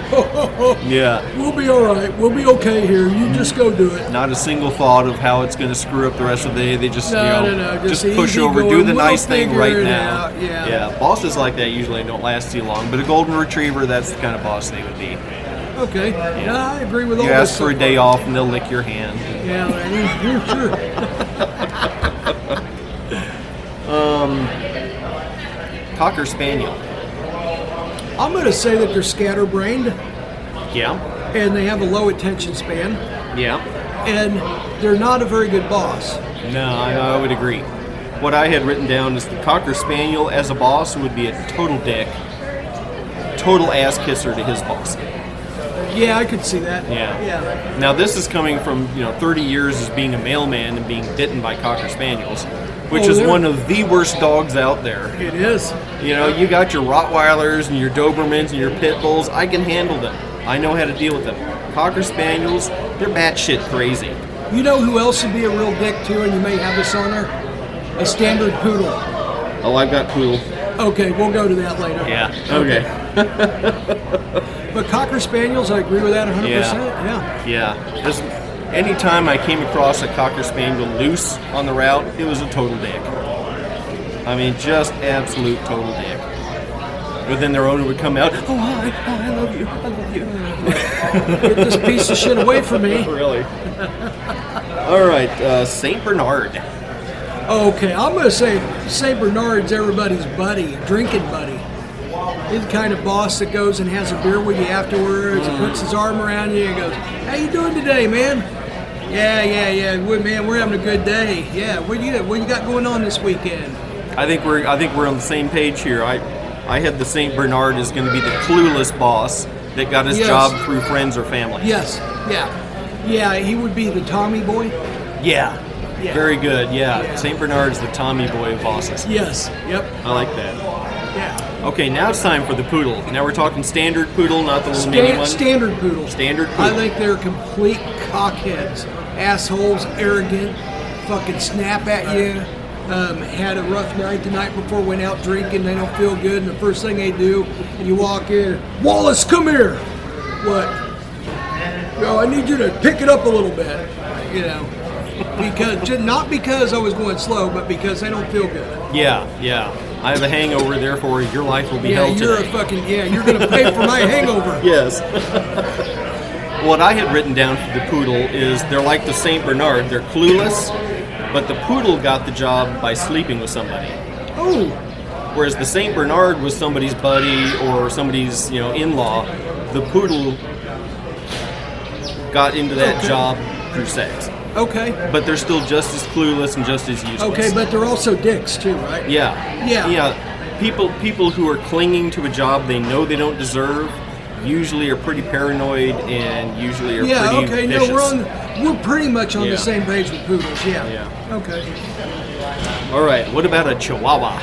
work.
Yeah.
we'll be all right. We'll be okay here. You just go do it.
Not a single thought of how it's going to screw up the rest of the day. They just
No,
you know,
no, no, just
push
easy
over, do
going,
the
we'll
nice thing
figure
right
it
now.
out, yeah.
yeah, bosses like that usually don't last too long. But a golden retriever—that's the kind of boss they would be.
Okay. Yeah, I agree with all
You ask
this.
for a day off, and they'll lick your hand.
Yeah, man, you're sure.
Cocker spaniel.
I'm gonna say that they're scatterbrained
Yeah.
and they have a low attention span
Yeah.
and they're not a very good boss.
No, I, I would agree. What I had written down is the cocker spaniel as a boss would be a total dick, total ass kisser to his boss.
Yeah, I could see that.
Yeah.
Yeah.
Now this is coming from you know 30 years as being a mailman and being bitten by cocker spaniels, which
Oh,
is
they're-
one of the worst dogs out there.
It is.
You know, you got your Rottweilers and your Dobermans and your Pit Bulls. I can handle them. I know how to deal with them. Cocker spaniels, they're batshit crazy.
You know who else would be a real dick too, and you may have this on there? A standard poodle.
Oh, I've got poodle.
Okay, we'll go to that later.
Yeah. Okay.
But cocker spaniels, I agree with that 100%. Yeah.
Yeah. Yeah. This, anytime I came across a Cocker Spaniel loose on the route, it was a total dick. I mean, just absolute total dick. But then their owner would come out, oh, hi, hi, I love you, I love you.
Get this piece of shit away from me.
really? All right, uh, St. Bernard.
Okay, I'm gonna say Saint Bernard's everybody's buddy, drinking buddy. He's the kind of boss that goes and has a beer with you afterwards, and puts his arm around you and goes, "How you doing today, man? Yeah, yeah, yeah. We, man, we're having a good day. Yeah, what you what you got going on this weekend?
I think we're I think we're on the same page here. I I had the St. Bernard is going to be the clueless boss that got his
Yes.
job through friends or family.
Yes, yeah, yeah. He would be the Tommy boy.
Yeah.
Yeah.
Very good. Yeah.
Yeah.
St. Bernard's the Tommy boy of bosses.
Yes, yep,
I like that.
yeah.
Okay, now it's time for the poodle. Now we're talking standard poodle, not the little mini
Stan-
one.
standard poodle.
Standard
I
poodle.
think they're complete cockheads, assholes, arrogant, fucking snap at you. Um, had a rough night the night before, went out drinking, they don't feel good, and the first thing they do, and you walk in, Wallace, come here. What? Yo, I need you to pick it up a little bit, you know, because ju- not because I was going slow, but because they don't feel good.
yeah, yeah. I have a hangover, therefore your life will be
Yeah,
held
you're a
today.
fucking yeah, you're gonna pay for my hangover.
yes. what I had written down for the poodle is they're like the St. Bernard. They're clueless, but the poodle got the job by sleeping with somebody.
Oh,
Whereas the St. Bernard was somebody's buddy or somebody's, you know, in-law, the poodle got into that
Okay.
job through sex.
okay.
But they're still just as clueless and just as useless.
Okay, but they're also dicks too, right?
yeah,
Yeah.
yeah. People, people who are clinging to a job they know they don't deserve, usually are pretty paranoid and usually are
Yeah.
pretty
Okay.
vicious.
No, we're on. We're pretty much on
Yeah.
the same page with poodles. Yeah.
Yeah.
Okay.
All right, what about a Chihuahua?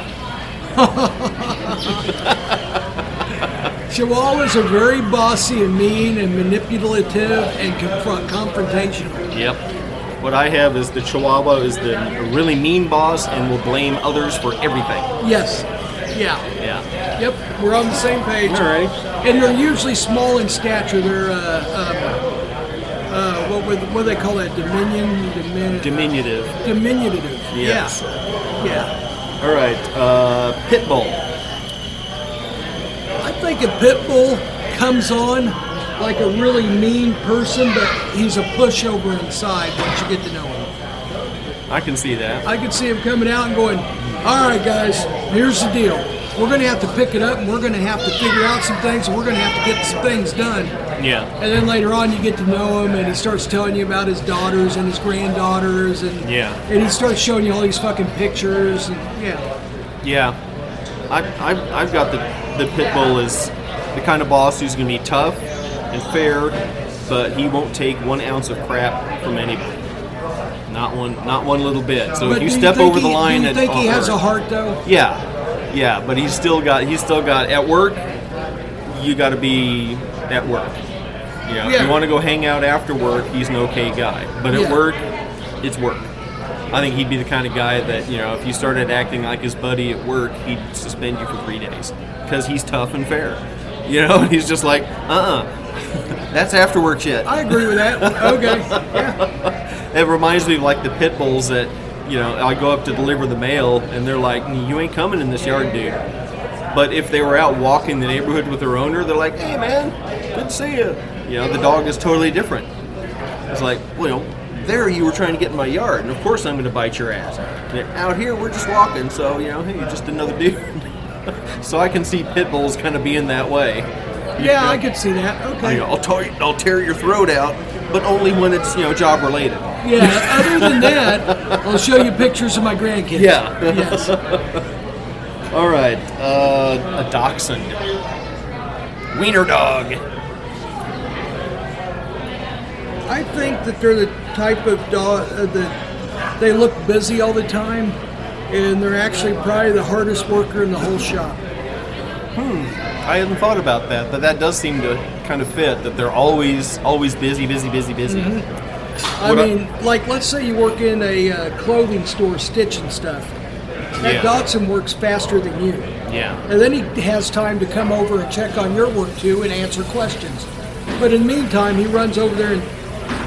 Chihuahuas are very bossy and mean and manipulative and confront confrontational.
Yep. What I have is the Chihuahua is the really mean boss and will blame others for everything.
Yes. Yeah.
Yeah.
Yep. We're on the same page.
All right.
And they're usually small in stature. They're uh, um, uh, what would what do they call that? Dominion. Domin-
Diminutive.
diminutive.
Yes.
Yeah. Yeah.
All right. Uh, Pitbull.
I think a pit bull comes on like a really mean person, but he's a pushover inside once you get to know him.
I can see that.
I could see him coming out and going, "All right, guys, here's the deal. We're going to have to pick it up, and we're going to have to figure out some things, and we're going to have to get some things done."
Yeah.
And then later on, you get to know him, and he starts telling you about his daughters and his granddaughters, and
Yeah.
and he starts showing you all these fucking pictures, and yeah,
Yeah. I, I, I've got the, the Pitbull is the kind of boss who's going to be tough and fair, but he won't take one ounce of crap from anybody. Not one, not one little bit. So
But
if you
do
step
think
over the
he-
line,
do you
at-
think he
on
has a
Earth-
heart though?
Yeah, yeah, but he's still got he's still got at work. You got to be at work. You know, if
Yeah.
you want to go hang out after work, he's an okay guy. But at
Yeah.
work, it's work. I think he'd be the kind of guy that you know, if you started acting like his buddy at work, he'd suspend you for three days because he's tough and fair. You know, he's just like, uh, uh that's after work shit.
I agree with that. Okay. Yeah.
It reminds me of like the pit bulls that, you know, I go up to deliver the mail and they're like, you ain't coming in this yard, dude. But if they were out walking the neighborhood with their owner, they're like, hey, man, good to see you. You know, the dog is totally different. It's like, well, there you were trying to get in my yard, and of course I'm going to bite your ass. And out here, we're just walking, so, you know, hey, you're just another dude. so I can see pit bulls kind of being that way.
Yeah, I could see that. Okay.
You know, I'll, tear I'll tear your throat out, but only when it's, you know, job related.
Yeah. Other than that, I'll show you pictures of my grandkids.
Yeah.
Yes.
All right, uh, a dachshund, wiener dog.
I think that they're the type of dog uh, that they look busy all the time, and they're actually probably the hardest worker in the whole shop.
I hadn't thought about that, but that does seem to kind of fit that they're always always busy, busy, busy, busy.
I
What I-
mean, like let's say you work in a uh, clothing store stitching stuff. That
Yeah.
Dodson works faster than you.
Yeah,
And then he has time to come over and check on your work too and answer questions. But in the meantime, he runs over there and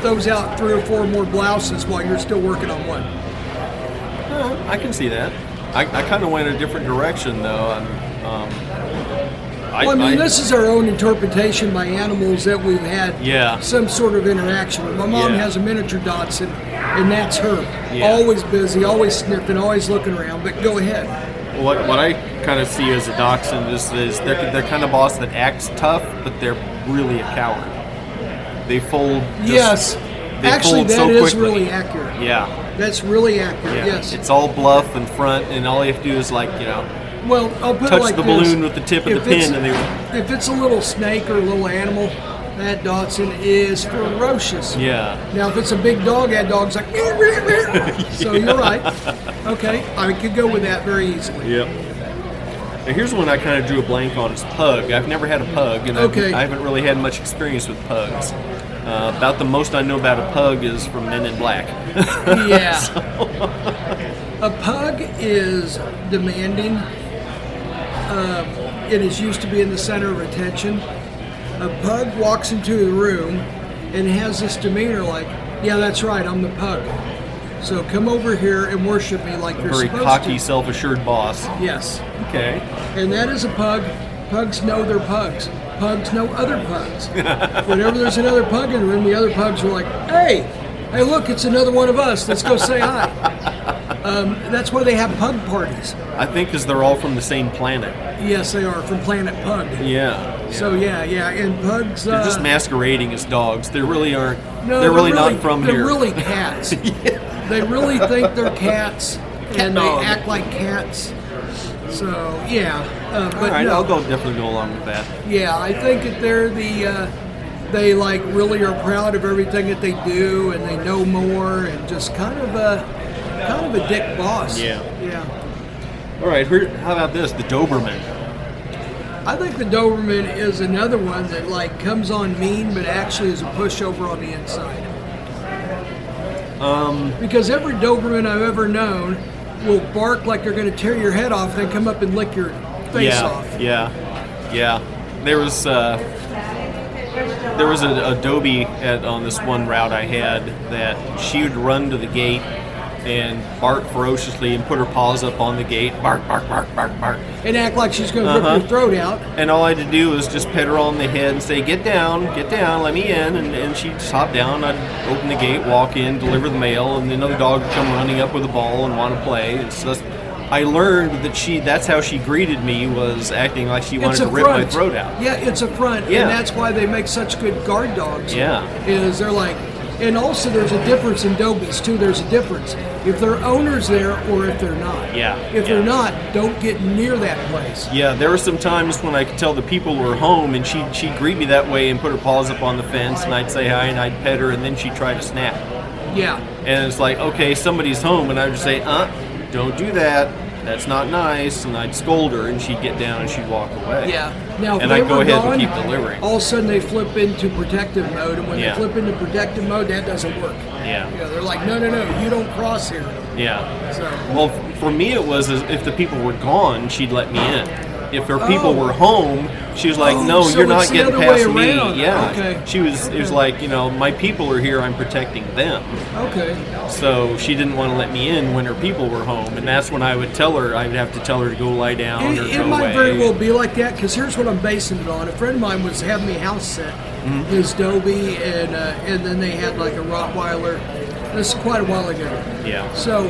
throws out three or four more blouses while you're still working on one.
I can see that. I, I kind of went a different direction though. i um, I,
Well, I mean,
I-
this is our own interpretation by animals that we've had
Yeah.
some sort of interaction with. My mom
Yeah.
has a miniature Dodson, and that's her.
Yeah.
Always busy, always sniffing, always looking around. But go ahead.
what what I kind of see as a dachshund is, is they're they're kind of boss that acts tough, but they're really a coward. They fold. Just,
yes.
they
Actually,
fold
that is
so quickly.
really accurate.
Yeah.
That's really accurate.
Yeah,
Yes.
It's all bluff and front, and all you have to do is like you know.
Well, I'll put
Touch
it like
the
this.
balloon with the tip of the
it's-
pin and they-
If it's a little snake or a little animal, that Dodson is ferocious.
Yeah.
Now, if it's a big dog, that dog's like. "Meow, meow, meow." So you're right. Okay, I could go with that very easily.
Yep. Now here's one I kind of drew a blank on. It's pug. I've never had a pug, and I've-
Okay.
I haven't really had much experience with pugs. Uh, about the most I know about a pug is from Men in Black.
Yeah. a pug is demanding. Uh, it is used to be in the center of attention. A pug walks into the room and has this demeanor like, yeah, that's right, I'm the pug. So come over here and worship me like you're
Very
supposed
cocky,
to.
self-assured boss.
Yes.
Okay.
And that is a pug. Pugs know their pugs. Pugs know other pugs. Whenever there's another pug in the room, the other pugs are like, hey, hey, look, it's another one of us. Let's go say hi. Um, that's why they have pug parties.
I think because they're all from the same planet.
Yes, they are from Planet Pug.
Yeah.
So, yeah, yeah. And pugs.
They're
uh,
just masquerading as dogs. They really aren't.
no,
they're really, not from
they're
here.
really cats. They really think they're cats and
dog.
they act like cats. So, yeah. Uh, but
all right,
no.
I'll go definitely go along with that.
Yeah, I think that they're the uh, they like really are proud of everything that they do, and they know more, and just kind of a kind of a dick boss.
Yeah.
yeah.
All right, here, how about this? The Doberman.
I think the Doberman is another one that like comes on mean, but actually is a pushover on the inside. Um, because every Doberman I've ever known will bark like they're going to tear your head off, then come up and lick your face
yeah,
off.
yeah, yeah. There was uh, there was a, a Dobie at, on this one route I had that she would run to the gate and bark ferociously and put her paws up on the gate, bark, bark, bark, bark, bark.
And act like she's going to rip
Uh-huh.
your throat out.
And all I had to do was just pet her on the head and say, "Get down, get down, let me in." And, and she'd just hop down. I'd open the gate, walk in, deliver the mail, and another dog would come running up with a ball and want to play. And so that's, I learned that she—that's how she greeted me—was acting like she wanted
it's a
to rip
front.
my throat out.
Yeah, it's a front,
Yeah.
and that's why they make such good guard dogs.
Yeah.
is they're like, and also there's a difference in Dobies too. There's a difference if their owner's there or if they're not.
Yeah,
If
yeah.
they're not, don't get near that place.
Yeah, there were some times when I could tell the people were home, and she she'd greet me that way and put her paws up on the fence, and I'd say hi, and I'd pet her, and then she'd try to snap.
Yeah.
And it's like, okay, somebody's home, and I would just say, uh, don't do that. That's not nice. And I'd scold her, and she'd get down and she'd walk away.
Yeah. Now, if
and
they
I'd go
were
ahead
gone,
and keep delivering.
All of a sudden, they flip into protective mode, and when
Yeah.
they flip into protective mode, that doesn't work.
Yeah.
You know, they're like, no, no, no, you don't cross here.
Yeah.
So,
Well, f- for me, it was as if the people were gone, she'd let me in. If her people
Oh.
were home, she was like,
Oh,
"No,
so
you're not
it's the
getting
other way
past me."
around.
Yeah.
Okay.
She was. It was like, you know, my people are here. I'm protecting them.
okay.
So she didn't want to let me in when her people were home, and that's when I would tell her. I would have to tell her to go lie down or
It, it
go
might
away.
very well be like that because here's what I'm basing it on. A friend of mine was having me house sit
Mm-hmm.
his Dobie, and uh, and then they had like a Rottweiler. This is quite a while ago.
Yeah.
So,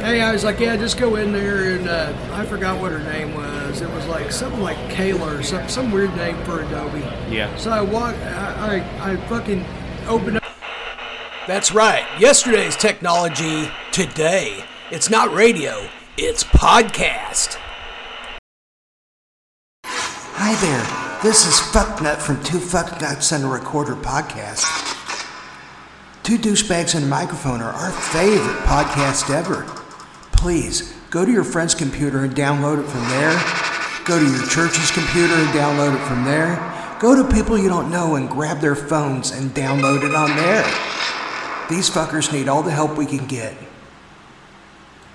hey, I was like, yeah, just go in there, and uh, I forgot what her name was. It was like something like Kayla or some some weird name for Adobe.
Yeah.
So I walked, I, I, I fucking opened up. That's right. Yesterday's technology today. It's not radio. It's podcast.
Hi there. This is Fucknut from Two Fucknuts and a Recorder podcast. Two Douchebags and a Microphone are our favorite podcast ever. Please go to your friend's computer and download it from there. Go to your church's computer and download it from there. Go to people you don't know and grab their phones and download it on there. These fuckers need all the help we can get.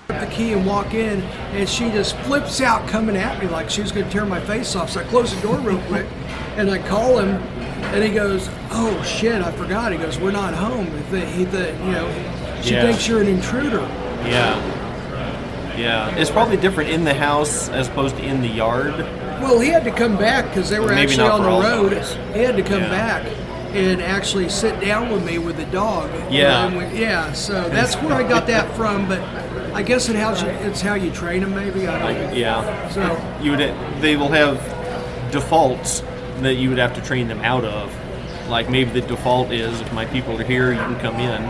the key and walk in, and she just flips out coming at me like she was going to tear my face off. So I close the door real quick, and I call him, and he goes, "Oh shit, I forgot." He goes, "We're not home." He, th- he th- you know, she
Yeah.
thinks you're an intruder.
Yeah. Yeah. It's probably different in the house as opposed to in the yard.
Well, he had to come back because they were
Maybe
actually
not
on
for all
the road.
dogs.
He had to come
Yeah.
back and actually sit down with me with the dog.
Yeah.
And we- yeah. So that's where I got that from, but I guess it how you, it's how you train them, maybe. I don't. know.
Yeah.
So.
you would they will have defaults that you would have to train them out of. Like maybe the default is if my people are here, you can come in,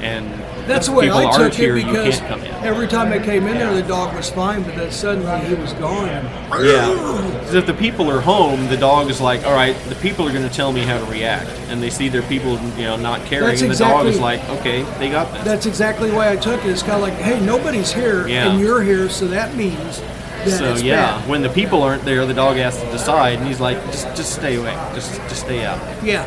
and
That's
if
the way
people
I
aren't
took
here,
it because
you can't come in.
every time I came in there, the dog was fine, but then suddenly he was gone.
Yeah, 'Cause if the people are home, the dog is like, all right, the people are going to tell me how to react, and they see their people, you know, not caring,
That's
and the dog is
exactly-
like, okay, they got this.
That's exactly why I took it. It's kind of like, hey, nobody's here,
Yeah.
and you're here, so that means that
so
it's
yeah,
bad.
when the people aren't there, the dog has to decide, and he's like, just just stay away, just just stay out.
yeah,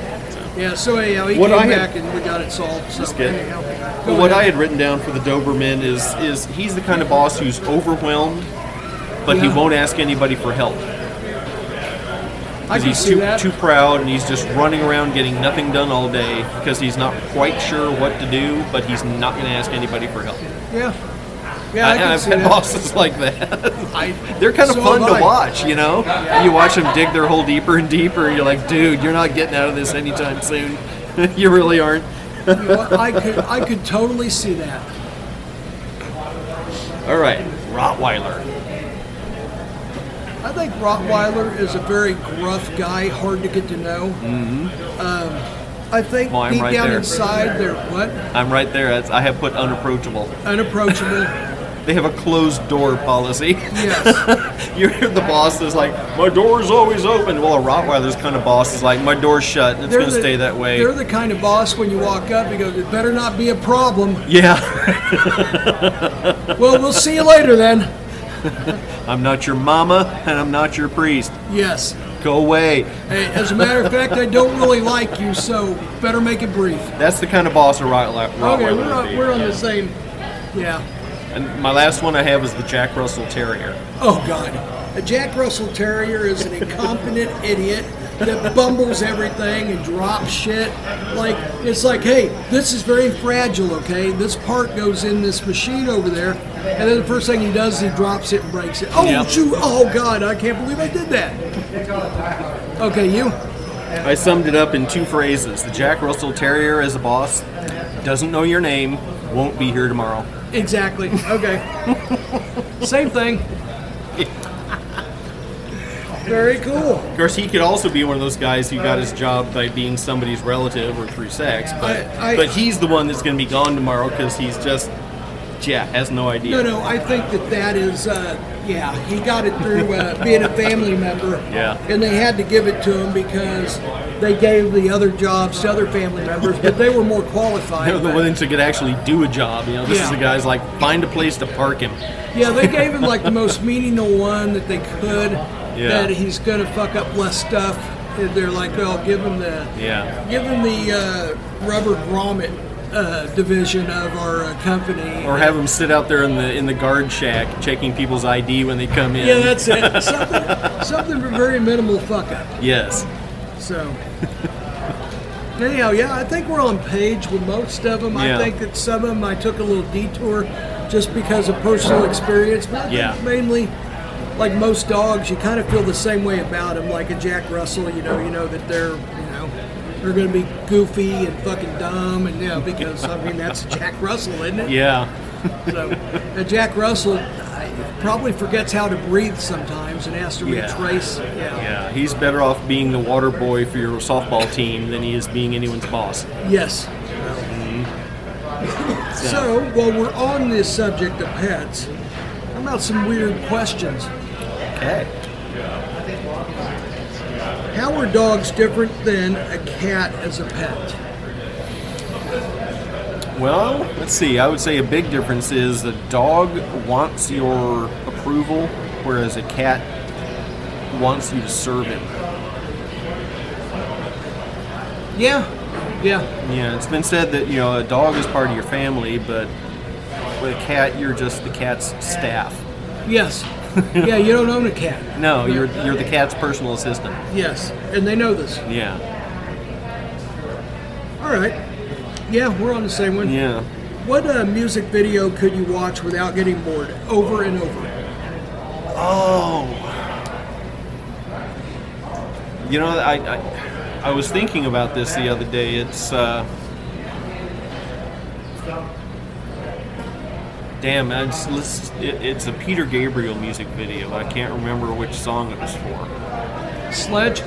yeah. So anyhow, he
What
came
I had-
back and we got it solved. So
good.
anyhow, go
But what I
ahead.
had written down for the Doberman is is he's the kind of boss who's overwhelmed, but he
Yeah.
won't ask anybody for help
I
because
can
he's
see
too
that.
too proud and he's just running around getting nothing done all day because he's not quite sure what to do, but he's not going to ask anybody for help.
yeah, yeah. I,
and
can
I've
see
had
that.
bosses like that.
I-
They're kind of
so
fun
have I.
to watch, you know. You watch them dig their hole deeper and deeper, and you're like, dude, you're not getting out of this anytime soon. you really aren't.
You know what? I could, I could totally see that.
All right, Rottweiler.
I think Rottweiler is a very gruff guy, hard to get to know. Mm-hmm. Um, I think
Well, I'm
deep
right
down
there.
inside, they're what
I'm right there. That's, I have put unapproachable.
unapproachable.
They have a closed door policy.
yes,
You're the boss is like, my door is always open. Well, a Rottweiler's kind of boss is like, my door's shut and it's
They're
going to
the-
stay that way.
They're the kind of boss when you walk up, you go, "It better not be a problem."
yeah,
well, we'll see you later then.
I'm not your mama and I'm not your priest.
Yes.
Go away.
Hey, as a matter of fact, I don't really like you, so better make it brief.
That's the kind of boss a Rottweiler.
Okay,
Rottweiler
we're
would
on,
be.
we're on the same. Yeah.
And my last one I have is the Jack Russell Terrier.
Oh God. A Jack Russell Terrier is an incompetent idiot that bumbles everything and drops shit. Like it's like, hey, this is very fragile, okay? This part goes in this machine over there, and then the first thing he does is he drops it and breaks it. Oh
Yeah.
shoot, oh god, I can't believe I did that. Okay, you?
I summed it up in two phrases. The Jack Russell Terrier is a boss, doesn't know your name, won't be here tomorrow.
Exactly. Okay. Same thing. Very cool.
Of course, he could also be one of those guys who got his job by being somebody's relative or through sex, but
I- I-
but he's the one that's going to be gone tomorrow because he's just yeah, has no idea.
No, no, I think that that is, uh, yeah, he got it through uh, being a family member.
Yeah.
And they had to give it to him because they gave the other jobs to other family members, but they were more qualified.
They're the
but-
ones that could actually do a job. You know, this is
Yeah.
the guys like find a place to park him.
yeah, they gave him like the most meaningful one that they could.
Yeah.
That he's gonna fuck up less stuff. And They're like, oh, give him the,
Yeah.
give him the uh, rubber grommet uh, division of our uh, company.
Or have them sit out there in the in the guard shack checking people's ID when they come in.
yeah, that's it. Something, something for very minimal fuck up.
yes.
So, anyhow, yeah, I think we're on page with most of them. I
Yeah.
think that some of them I took a little detour just because of personal experience, but I think
Yeah.
mainly like most dogs, you kind of feel the same way about them. Like a Jack Russell, you know, you know that they're you know they're going to be goofy and fucking dumb, and yeah, because I mean that's Jack Russell, isn't it?
Yeah.
So, a Jack Russell. I- Probably forgets how to breathe sometimes and has to
Yeah.
retrace. Yeah.
Yeah. He's better off being the water boy for your softball team than he is being anyone's boss.
Yes. So, while we're on this subject of pets, how about some weird questions?
Okay.
How are dogs different than a cat as a pet?
Well, let's see. I would say a big difference is the dog wants your approval, whereas a cat wants you to serve it.
Yeah, yeah,
Yeah, it's been said that you know a dog is part of your family, but with a cat, you're just the cat's staff.
yes. yeah, you don't own a cat.
No, you're you're the cat's personal assistant.
Yes, and they know this.
Yeah,
All right. Yeah, we're on the same one.
yeah.
What uh, music video could you watch without getting bored over and over?
Oh, you know, I I, I was thinking about this the other day. It's uh, damn, I just, let's, it, it's a Peter Gabriel music video. I can't remember which song it was for.
Sledge?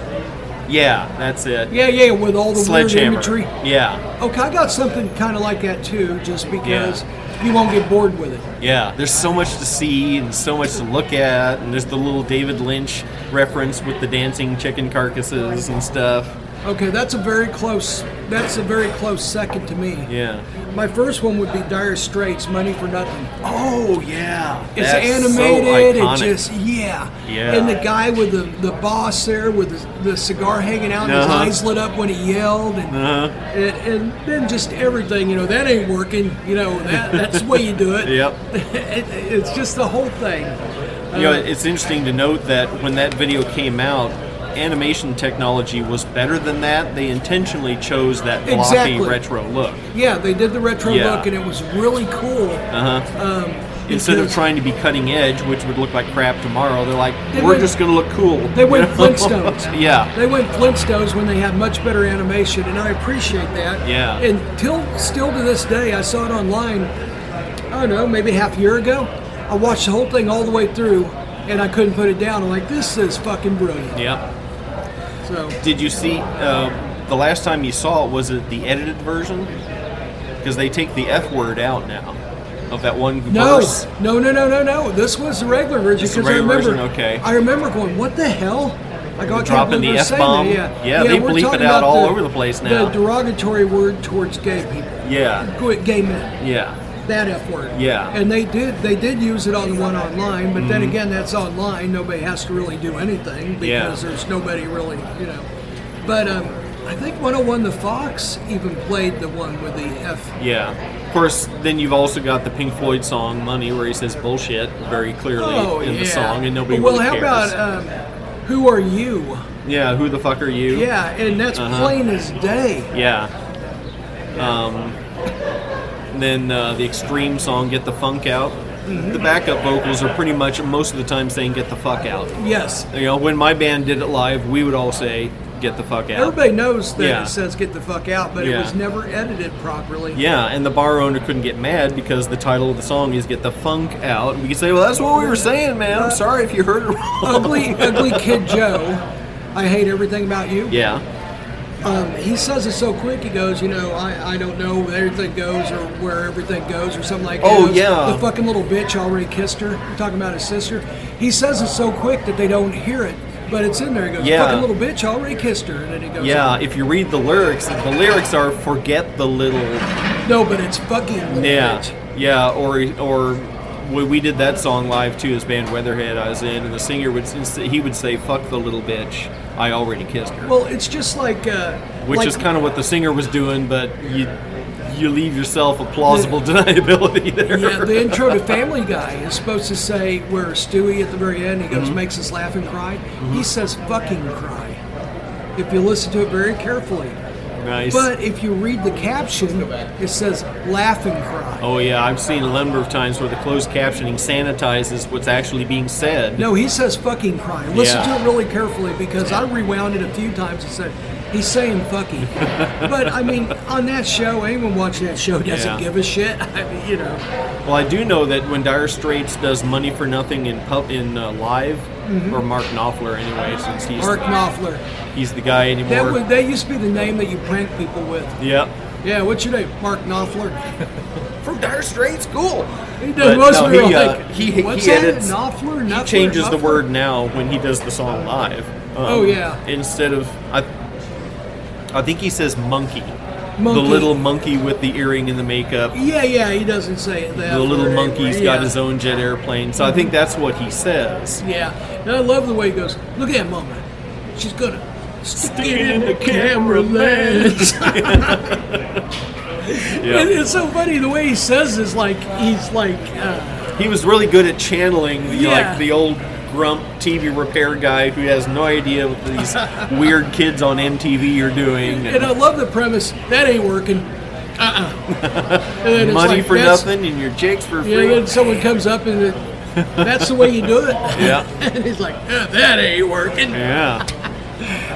Yeah, that's it.
Yeah, yeah, with all the weird
Sledgehammer.
imagery.
Yeah,
Okay, I got something kind of like that too, just because you won't get bored with it.
yeah. There's so much to see and so much to look at, and there's the little David Lynch reference with the dancing chicken carcasses and stuff.
Okay, that's a very close. That's a very close second to me.
Yeah.
My first one would be Dire Straits, "Money for Nothing."
Oh yeah.
It's
That's
animated.
So
it just yeah.
Yeah.
And the guy with the, the boss there with the, the cigar hanging out, and
Uh-huh.
his eyes lit up when he yelled, and,
Uh-huh.
and and then just everything. You know that ain't working. You know that that's the way you do it.
Yep.
it, it's just the whole thing.
You know, it's interesting to note that when that video came out, animation technology was better than that. They intentionally chose that blocky
Exactly.
retro look
Yeah, they did the retro
Yeah. Uh-huh.
look, and it was really cool.
instead of
Because-
trying to be cutting edge, which would look like crap tomorrow. They're like,
They
we're
went-
just gonna look cool.
They went
You know?
Flintstones.
yeah.
They went Flintstones when they had much better animation, and I appreciate that.
Yeah.
And till still to this day, I saw it online. I don't know, maybe half a year ago. I watched the whole thing all the way through, and I couldn't put it down. I'm like, this is fucking brilliant.
Yeah.
So
Did you see uh, the last time you saw it? Was it the edited version? Because they take the F word out now of that one
no,
verse.
no, no, no, no, no. This was the regular version
This is the
because I
regular
remember.
version, okay.
I remember going, what the hell? Like, I can't
Dropping
believe
the
they're saying
F-bomb.
that. Yeah,
Yeah, they
we're
bleep
talking
it out
about
all over the place now.
The derogatory word towards gay people,
Yeah.
Gay- gay men.
Yeah.
that F word.
Yeah. Mm-hmm.
And they did they did use it on the one online, but then again that's online. Nobody has to really do anything because
Yeah.
there's nobody really, you know. But um, I think 101 the Fox even played the one with the F.
Yeah. Of course, then you've also got the Pink Floyd song "Money," where he says "bullshit" very clearly
Oh
in
yeah.
the song, and nobody
Well,
really
how
cares.
about um, Who Are You?
yeah, who the fuck are you?
Yeah, and that's
Uh-huh.
plain as day.
Yeah. Um, then uh, the extreme song "Get the Funk Out."
Mm-hmm.
The backup vocals are pretty much most of the time saying "Get the fuck out."
Yes.
You know, when my band did it live, we would all say, "Get the fuck out."
Everybody knows that
Yeah.
it says get the fuck out, but it
Yeah.
was never edited properly.
Yeah, and the bar owner couldn't get mad because the title of the song is "Get the Funk Out." We could say, "Well, that's what we were saying, man. I'm sorry if you
Oh,
heard it wrong."
Ugly, ugly kid Joe. I hate everything about you.
Yeah,
um, he says it so quick. He goes, you know, I, I don't know where everything goes or where everything goes or something like that.
Oh,
He goes,
yeah.
The fucking little bitch already kissed her. We're talking about his sister. He says it so quick that they don't hear it, but it's in there. He goes,
Yeah.
fucking little bitch already kissed her. And then he goes,
Yeah, if you read the lyrics, the lyrics are "forget the little."
No, but it's fucking little bitch.
Yeah, yeah, or or we, we did that song live too. His band Weatherhead I was in, and the singer would s- he would say "fuck the little bitch." I already kissed her,
Well, it's just like. Uh,
which
like,
is kind of what the singer was doing, but you you leave yourself a plausible deniability there.
Yeah, the intro to Family Guy is supposed to say where Stewie at the very end he goes
Mm-hmm.
makes us laugh and cry. He says fucking cry. If you listen to it very carefully.
nice.
But if you read the caption, it says laugh and cry.
Oh yeah, I've seen a number of times where the closed captioning sanitizes what's actually being said.
No, he says fucking cry. Listen
Yeah.
to it really carefully because I rewound it a few times and said, he's saying fucking. but I mean, on that show, anyone watching that show doesn't
Yeah.
give a shit. I mean, you know.
Well, I do know that when Dire Straits does "Money for Nothing" in pub in uh, live, or Mark Knopfler anyway, since he's
Mm-hmm. Mark Knopfler.
he's the guy
That,
anymore.
was, that used to be the name that you prank people with.
yeah,
Yeah, what's your name? Mark Knopfler.
from Dire Straits, cool.
He
But
does most
no,
of it
he, uh,
like,
he- he
what's that?
edits-
Knopfler?
He
Knopfler?
changes the
Knopfler?
word now when he does the song live. Um,
Oh, yeah.
Instead of I, I think he says monkey,
Monkey.
the little monkey with the earring and the makeup.
Yeah, yeah, he doesn't say it that.
The little
word
monkey's
anyway,
got
yeah. Mm-hmm.
his own jet airplane. So I think that's what he says.
Yeah, and I love the way he goes. Look at Mama, she's gonna stick, it in, the camera lens. And
Yeah.
it's so funny the way he says is like he's like uh,
He was really good at channeling the,
Yeah.
like the old grump TV repair guy who has no idea what these weird kids on MTV are doing.
and I love the premise that ain't working. Uh uh
Money for nothing and your chicks for
Yeah, and
free.
then someone comes up and it, that's the way you do it.
Yeah.
and he's like, "Uh, that ain't working.
Yeah.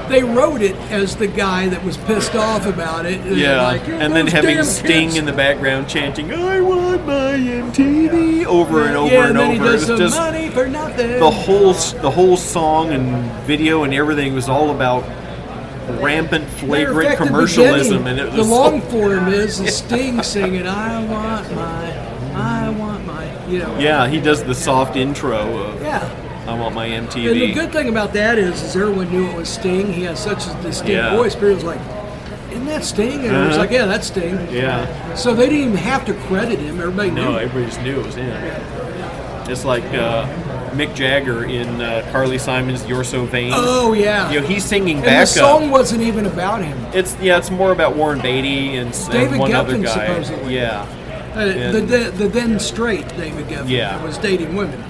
They wrote it as the guy that was pissed off about it. And they're
Yeah,
like, "Yeah,
and then
those
having
damn
Sting
kids."
in the background chanting "I want my MTV" over and over
yeah,
and
then he
over.
does
It's
the
just
money for nothing.
the whole s- the whole song and video and everything was all about
Matter
rampant,
of
flagrant
fact, the
commercialism, and
beginning,
it
the
was
long form is the Sting singing, "I want my, I want my," you know.
yeah. He does the soft intro of
Yeah.
"I want my
And the
MTV."
good thing about that is, is everyone knew it was Sting. He has such a distinct
Yeah.
voice. People was like, "Isn't that Sting?" And it was
Uh-huh.
like, "Yeah, that's Sting."
yeah,
So they didn't even have to credit him. Everybody knew.
no, everybody just knew it was him. It's like uh, Mick Jagger in uh, Carly Simon's "You're So Vain."
Oh yeah.
you know, he's singing
and the
backup.
song wasn't even about him.
It's yeah, it's more about Warren Beatty and, s- and
David
one other
Geffen,
guy.
supposedly.
Yeah,
Uh, the, the the then straight David Geffen
Yeah.
that was dating women.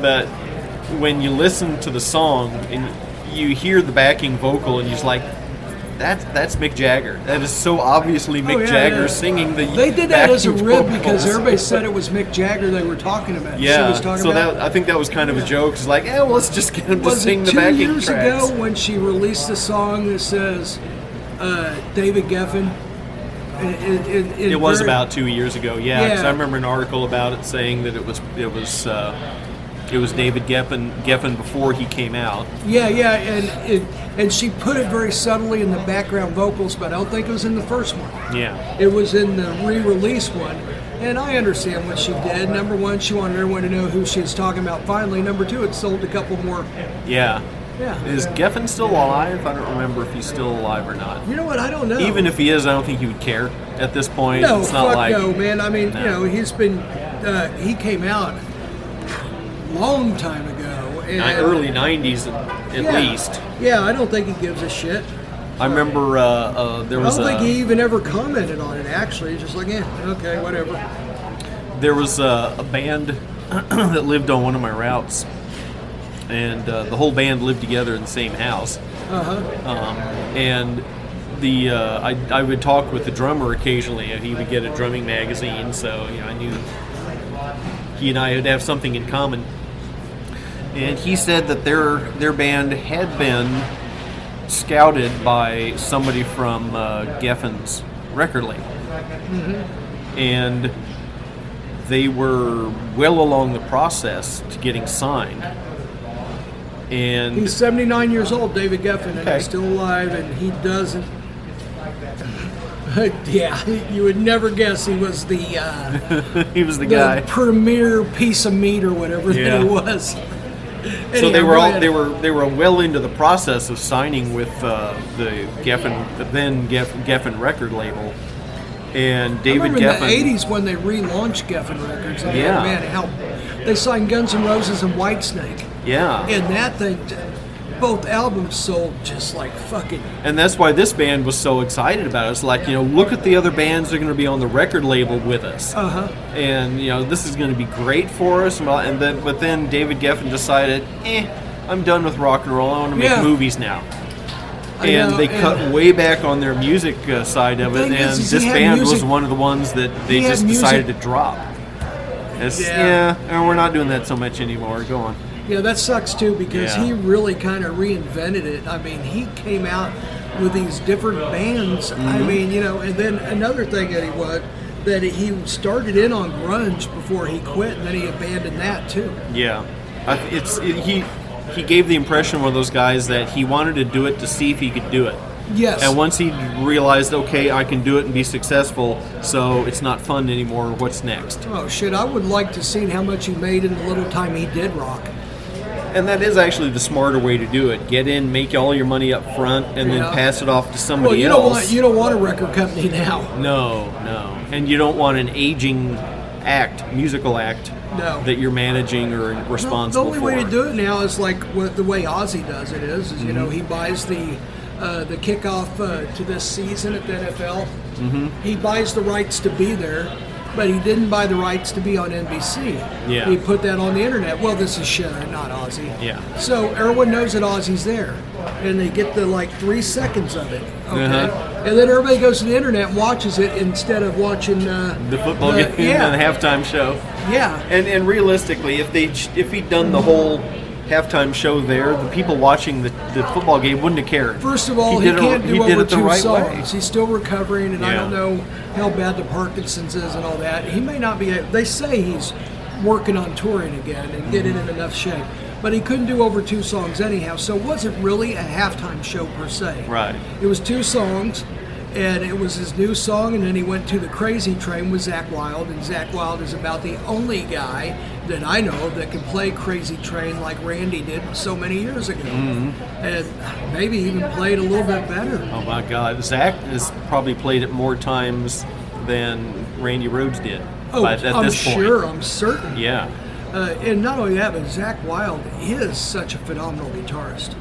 but when you listen to the song and you hear the backing vocal and you're just like, that's that's Mick Jagger. That is so obviously Mick
Oh, yeah,
Jagger
yeah.
singing the.
They did that as a
backing
rib
vocals.
because everybody said it was Mick Jagger they were talking about. she
Yeah,
was talking
so
about.
that I think that was kind of a joke. It's like, eh, well, let's just get him to
was
sing
it
the
two
backing
years
tracks.
ago when she released the song that says uh, David Geffen? It, it, it,
It was about two years ago, yeah. 'cause
Yeah.
I remember an article about it saying that it was it was uh, it was David Geffen Geffen before he came out.
Yeah, yeah, and it, and she put it very subtly in the background vocals, but I don't think it was in the first one.
Yeah,
It was in the re-release one, and I understand what she did. Number one, she wanted everyone to know who she was talking about. Finally, number two, it sold a couple more.
yeah.
Yeah,
Is Geffen still alive? I don't remember if he's still alive or not.
you know what? I don't know.
Even if he is, I don't think he would care at this point.
No,
it's not
fuck
like
no, man. I mean, you
No.
know, he's been uh, he came out long time ago. And,
ni- early '90s at at
yeah.
least.
Yeah, I don't think he gives a shit.
I remember uh, uh, there
I
was
don't think
a,
he even ever commented on it. Actually, he's just like, yeah, okay, whatever.
there was a, a band that lived on one of my routes, and uh, the whole band lived together in the same house. Um, and the uh, I, I would talk with the drummer occasionally. and He would get a drumming magazine, so you know I knew he and I would have something in common. And he said that their their band had been scouted by somebody from uh, Geffen's record label, and they were well along the process to getting signed. and
He's 79 years old, David Geffen, and
Okay.
he's still alive, and he doesn't. yeah, you would never guess he was the, uh,
he was the guy.
the premier piece of meat or whatever
Yeah.
that it was.
so they
Anyhow,
were
go
all
ahead.
they were they were well into the process of signing with uh, the Geffen the then Geff, Geffen record label, and
I
David
remember
Geffen.
in the 80s when they relaunched Geffen Records. And
Yeah.
Man, how they signed Guns N' Roses and Whitesnake.
Yeah,
And that thing, both albums sold just like fucking.
and that's why this band was so excited about it. It's like you know, look at the other bands that are going to be on the record label with us,
Uh huh.
and you know this is going to be great for us. And, all- and then, but then David Geffen decided, eh, I'm done with rock and roll. I want to make
Yeah.
movies now. and they cut way back on their music uh, side of it,
thing
and
is, is he
this
had
band was
music-
one of the ones that they
he had
just
music-
decided to drop. It's, yeah,
Yeah.
and we're not doing that so much anymore. Go on.
Yeah, that sucks too because
Yeah.
he really kind of reinvented it. I mean, he came out with these different bands. I
Mm-hmm.
mean, you know, and then another thing that he was that he started in on grunge before he quit, and then he abandoned that too.
Yeah, I, it's it, he he gave the impression of one of those guys that he wanted to do it to see if he could do it.
Yes.
And once he realized, okay, I can do it and be successful, so it's not fun anymore. What's next?
Oh shit! I would like to see how much he made in the little time he did rock.
And that is actually the smarter way to do it. Get in, make all your money up front, and
Yeah.
then pass it off to somebody
Well, you
else.
don't want you don't want a record company now.
No, no. And you don't want an aging act, musical act,
No.
that you're managing or
The
responsible
only
for.
way to do it now is like what the way Ozzy does it is, is you know
Mm-hmm.
he buys the uh, the kickoff uh, to this season at the NFL.
Mm-hmm.
He buys the rights to be there, but he didn't buy the rights to be on NBC.
Yeah.
He put that on the internet. Well, this is Sharon, not Ozzy.
Yeah.
So everyone knows that Ozzy's there, and they get the like three seconds of it. Okay.
Uh-huh.
And then everybody goes to the internet and watches it instead of watching uh,
The football
the-
game
Yeah.
and the halftime show.
yeah.
And and realistically, if they if he'd done the whole halftime show there, the people watching the, the football game wouldn't have cared.
First of all, he,
did it-
can't do
he did
over
it the
two
right
songs.
way.
He's still recovering, and I
Yeah.
don't know how bad the Parkinson's is and all that. He may not be. a- They say he's working on touring again and getting in enough shape, but he couldn't do over two songs anyhow. So it wasn't really a halftime show per se.
Right.
It was two songs, and it was his new song, and then he went to the Crazy Train with Zach Wild, and Zach Wild is about the only guy that I know that can play Crazy Train like Randy did so many years ago,
Mm-hmm.
and maybe even played a little bit better.
Oh my God, Zach has probably played it more times than Randy Rhodes did.
Oh,
but at
I'm
this point,
sure, I'm certain.
yeah.
Uh, and not only that, but Zach Wild is such a phenomenal guitarist.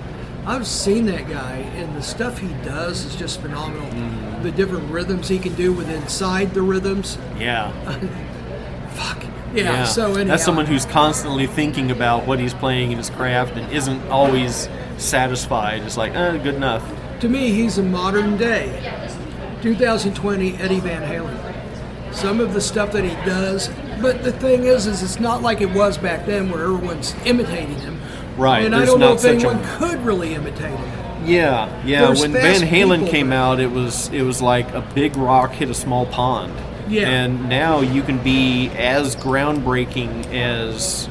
I've seen that guy, and the stuff he does is just phenomenal.
Mm-hmm.
The different rhythms he can do with inside the rhythms.
Yeah,
Fuck. Yeah. So anyhow,
that's someone who's constantly thinking about what he's playing in his craft and isn't always satisfied. It's like, eh, good enough.
to me, he's a modern day, 2020 Eddie Van Halen. Some of the stuff that he does, but the thing is, is it's not like it was back then where everyone's imitating him.
Right,
And I
there's
don't know
not
if
such a-
anyone could really imitate him.
Yeah, yeah.
There's
when Van
fast
Halen
people
came
there.
out, it was it was like a big rock hit a small pond.
Yeah.
And now you can be as groundbreaking as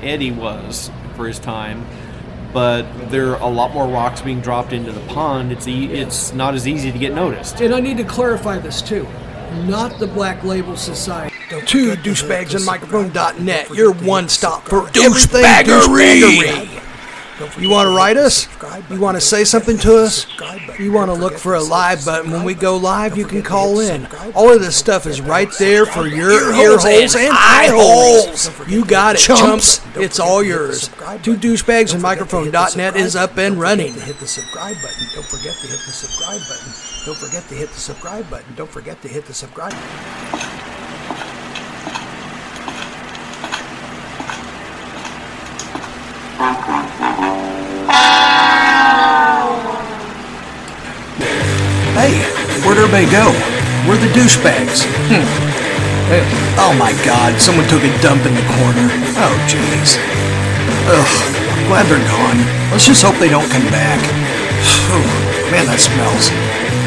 Eddie was for his time, but there are a lot more rocks being dropped into the pond. It's e- it's not as easy to get noticed.
And I need to clarify this too, not the Black Label Society. To douchebagsandmicrophone.net, your one-stop for everything douchebaggery. You want to write us? You want to say something to us? You want to look for a live button when we go live? You can call in. All of this stuff is right there for your ear holes and eye holes. You got it, chumps. It's all yours. Two douchebags and microphone.net is up and running.
Hit the subscribe button. Don't forget to hit the subscribe button. Don't forget to hit the subscribe button. Don't forget to hit the subscribe.
Hey, where'd everybody go? We're the douchebags. Hmm. Eh, Oh my god, someone took a dump in the corner. Oh jeez. Ugh, I'm glad they're gone. Let's just hope they don't come back. Whew, man, that smells.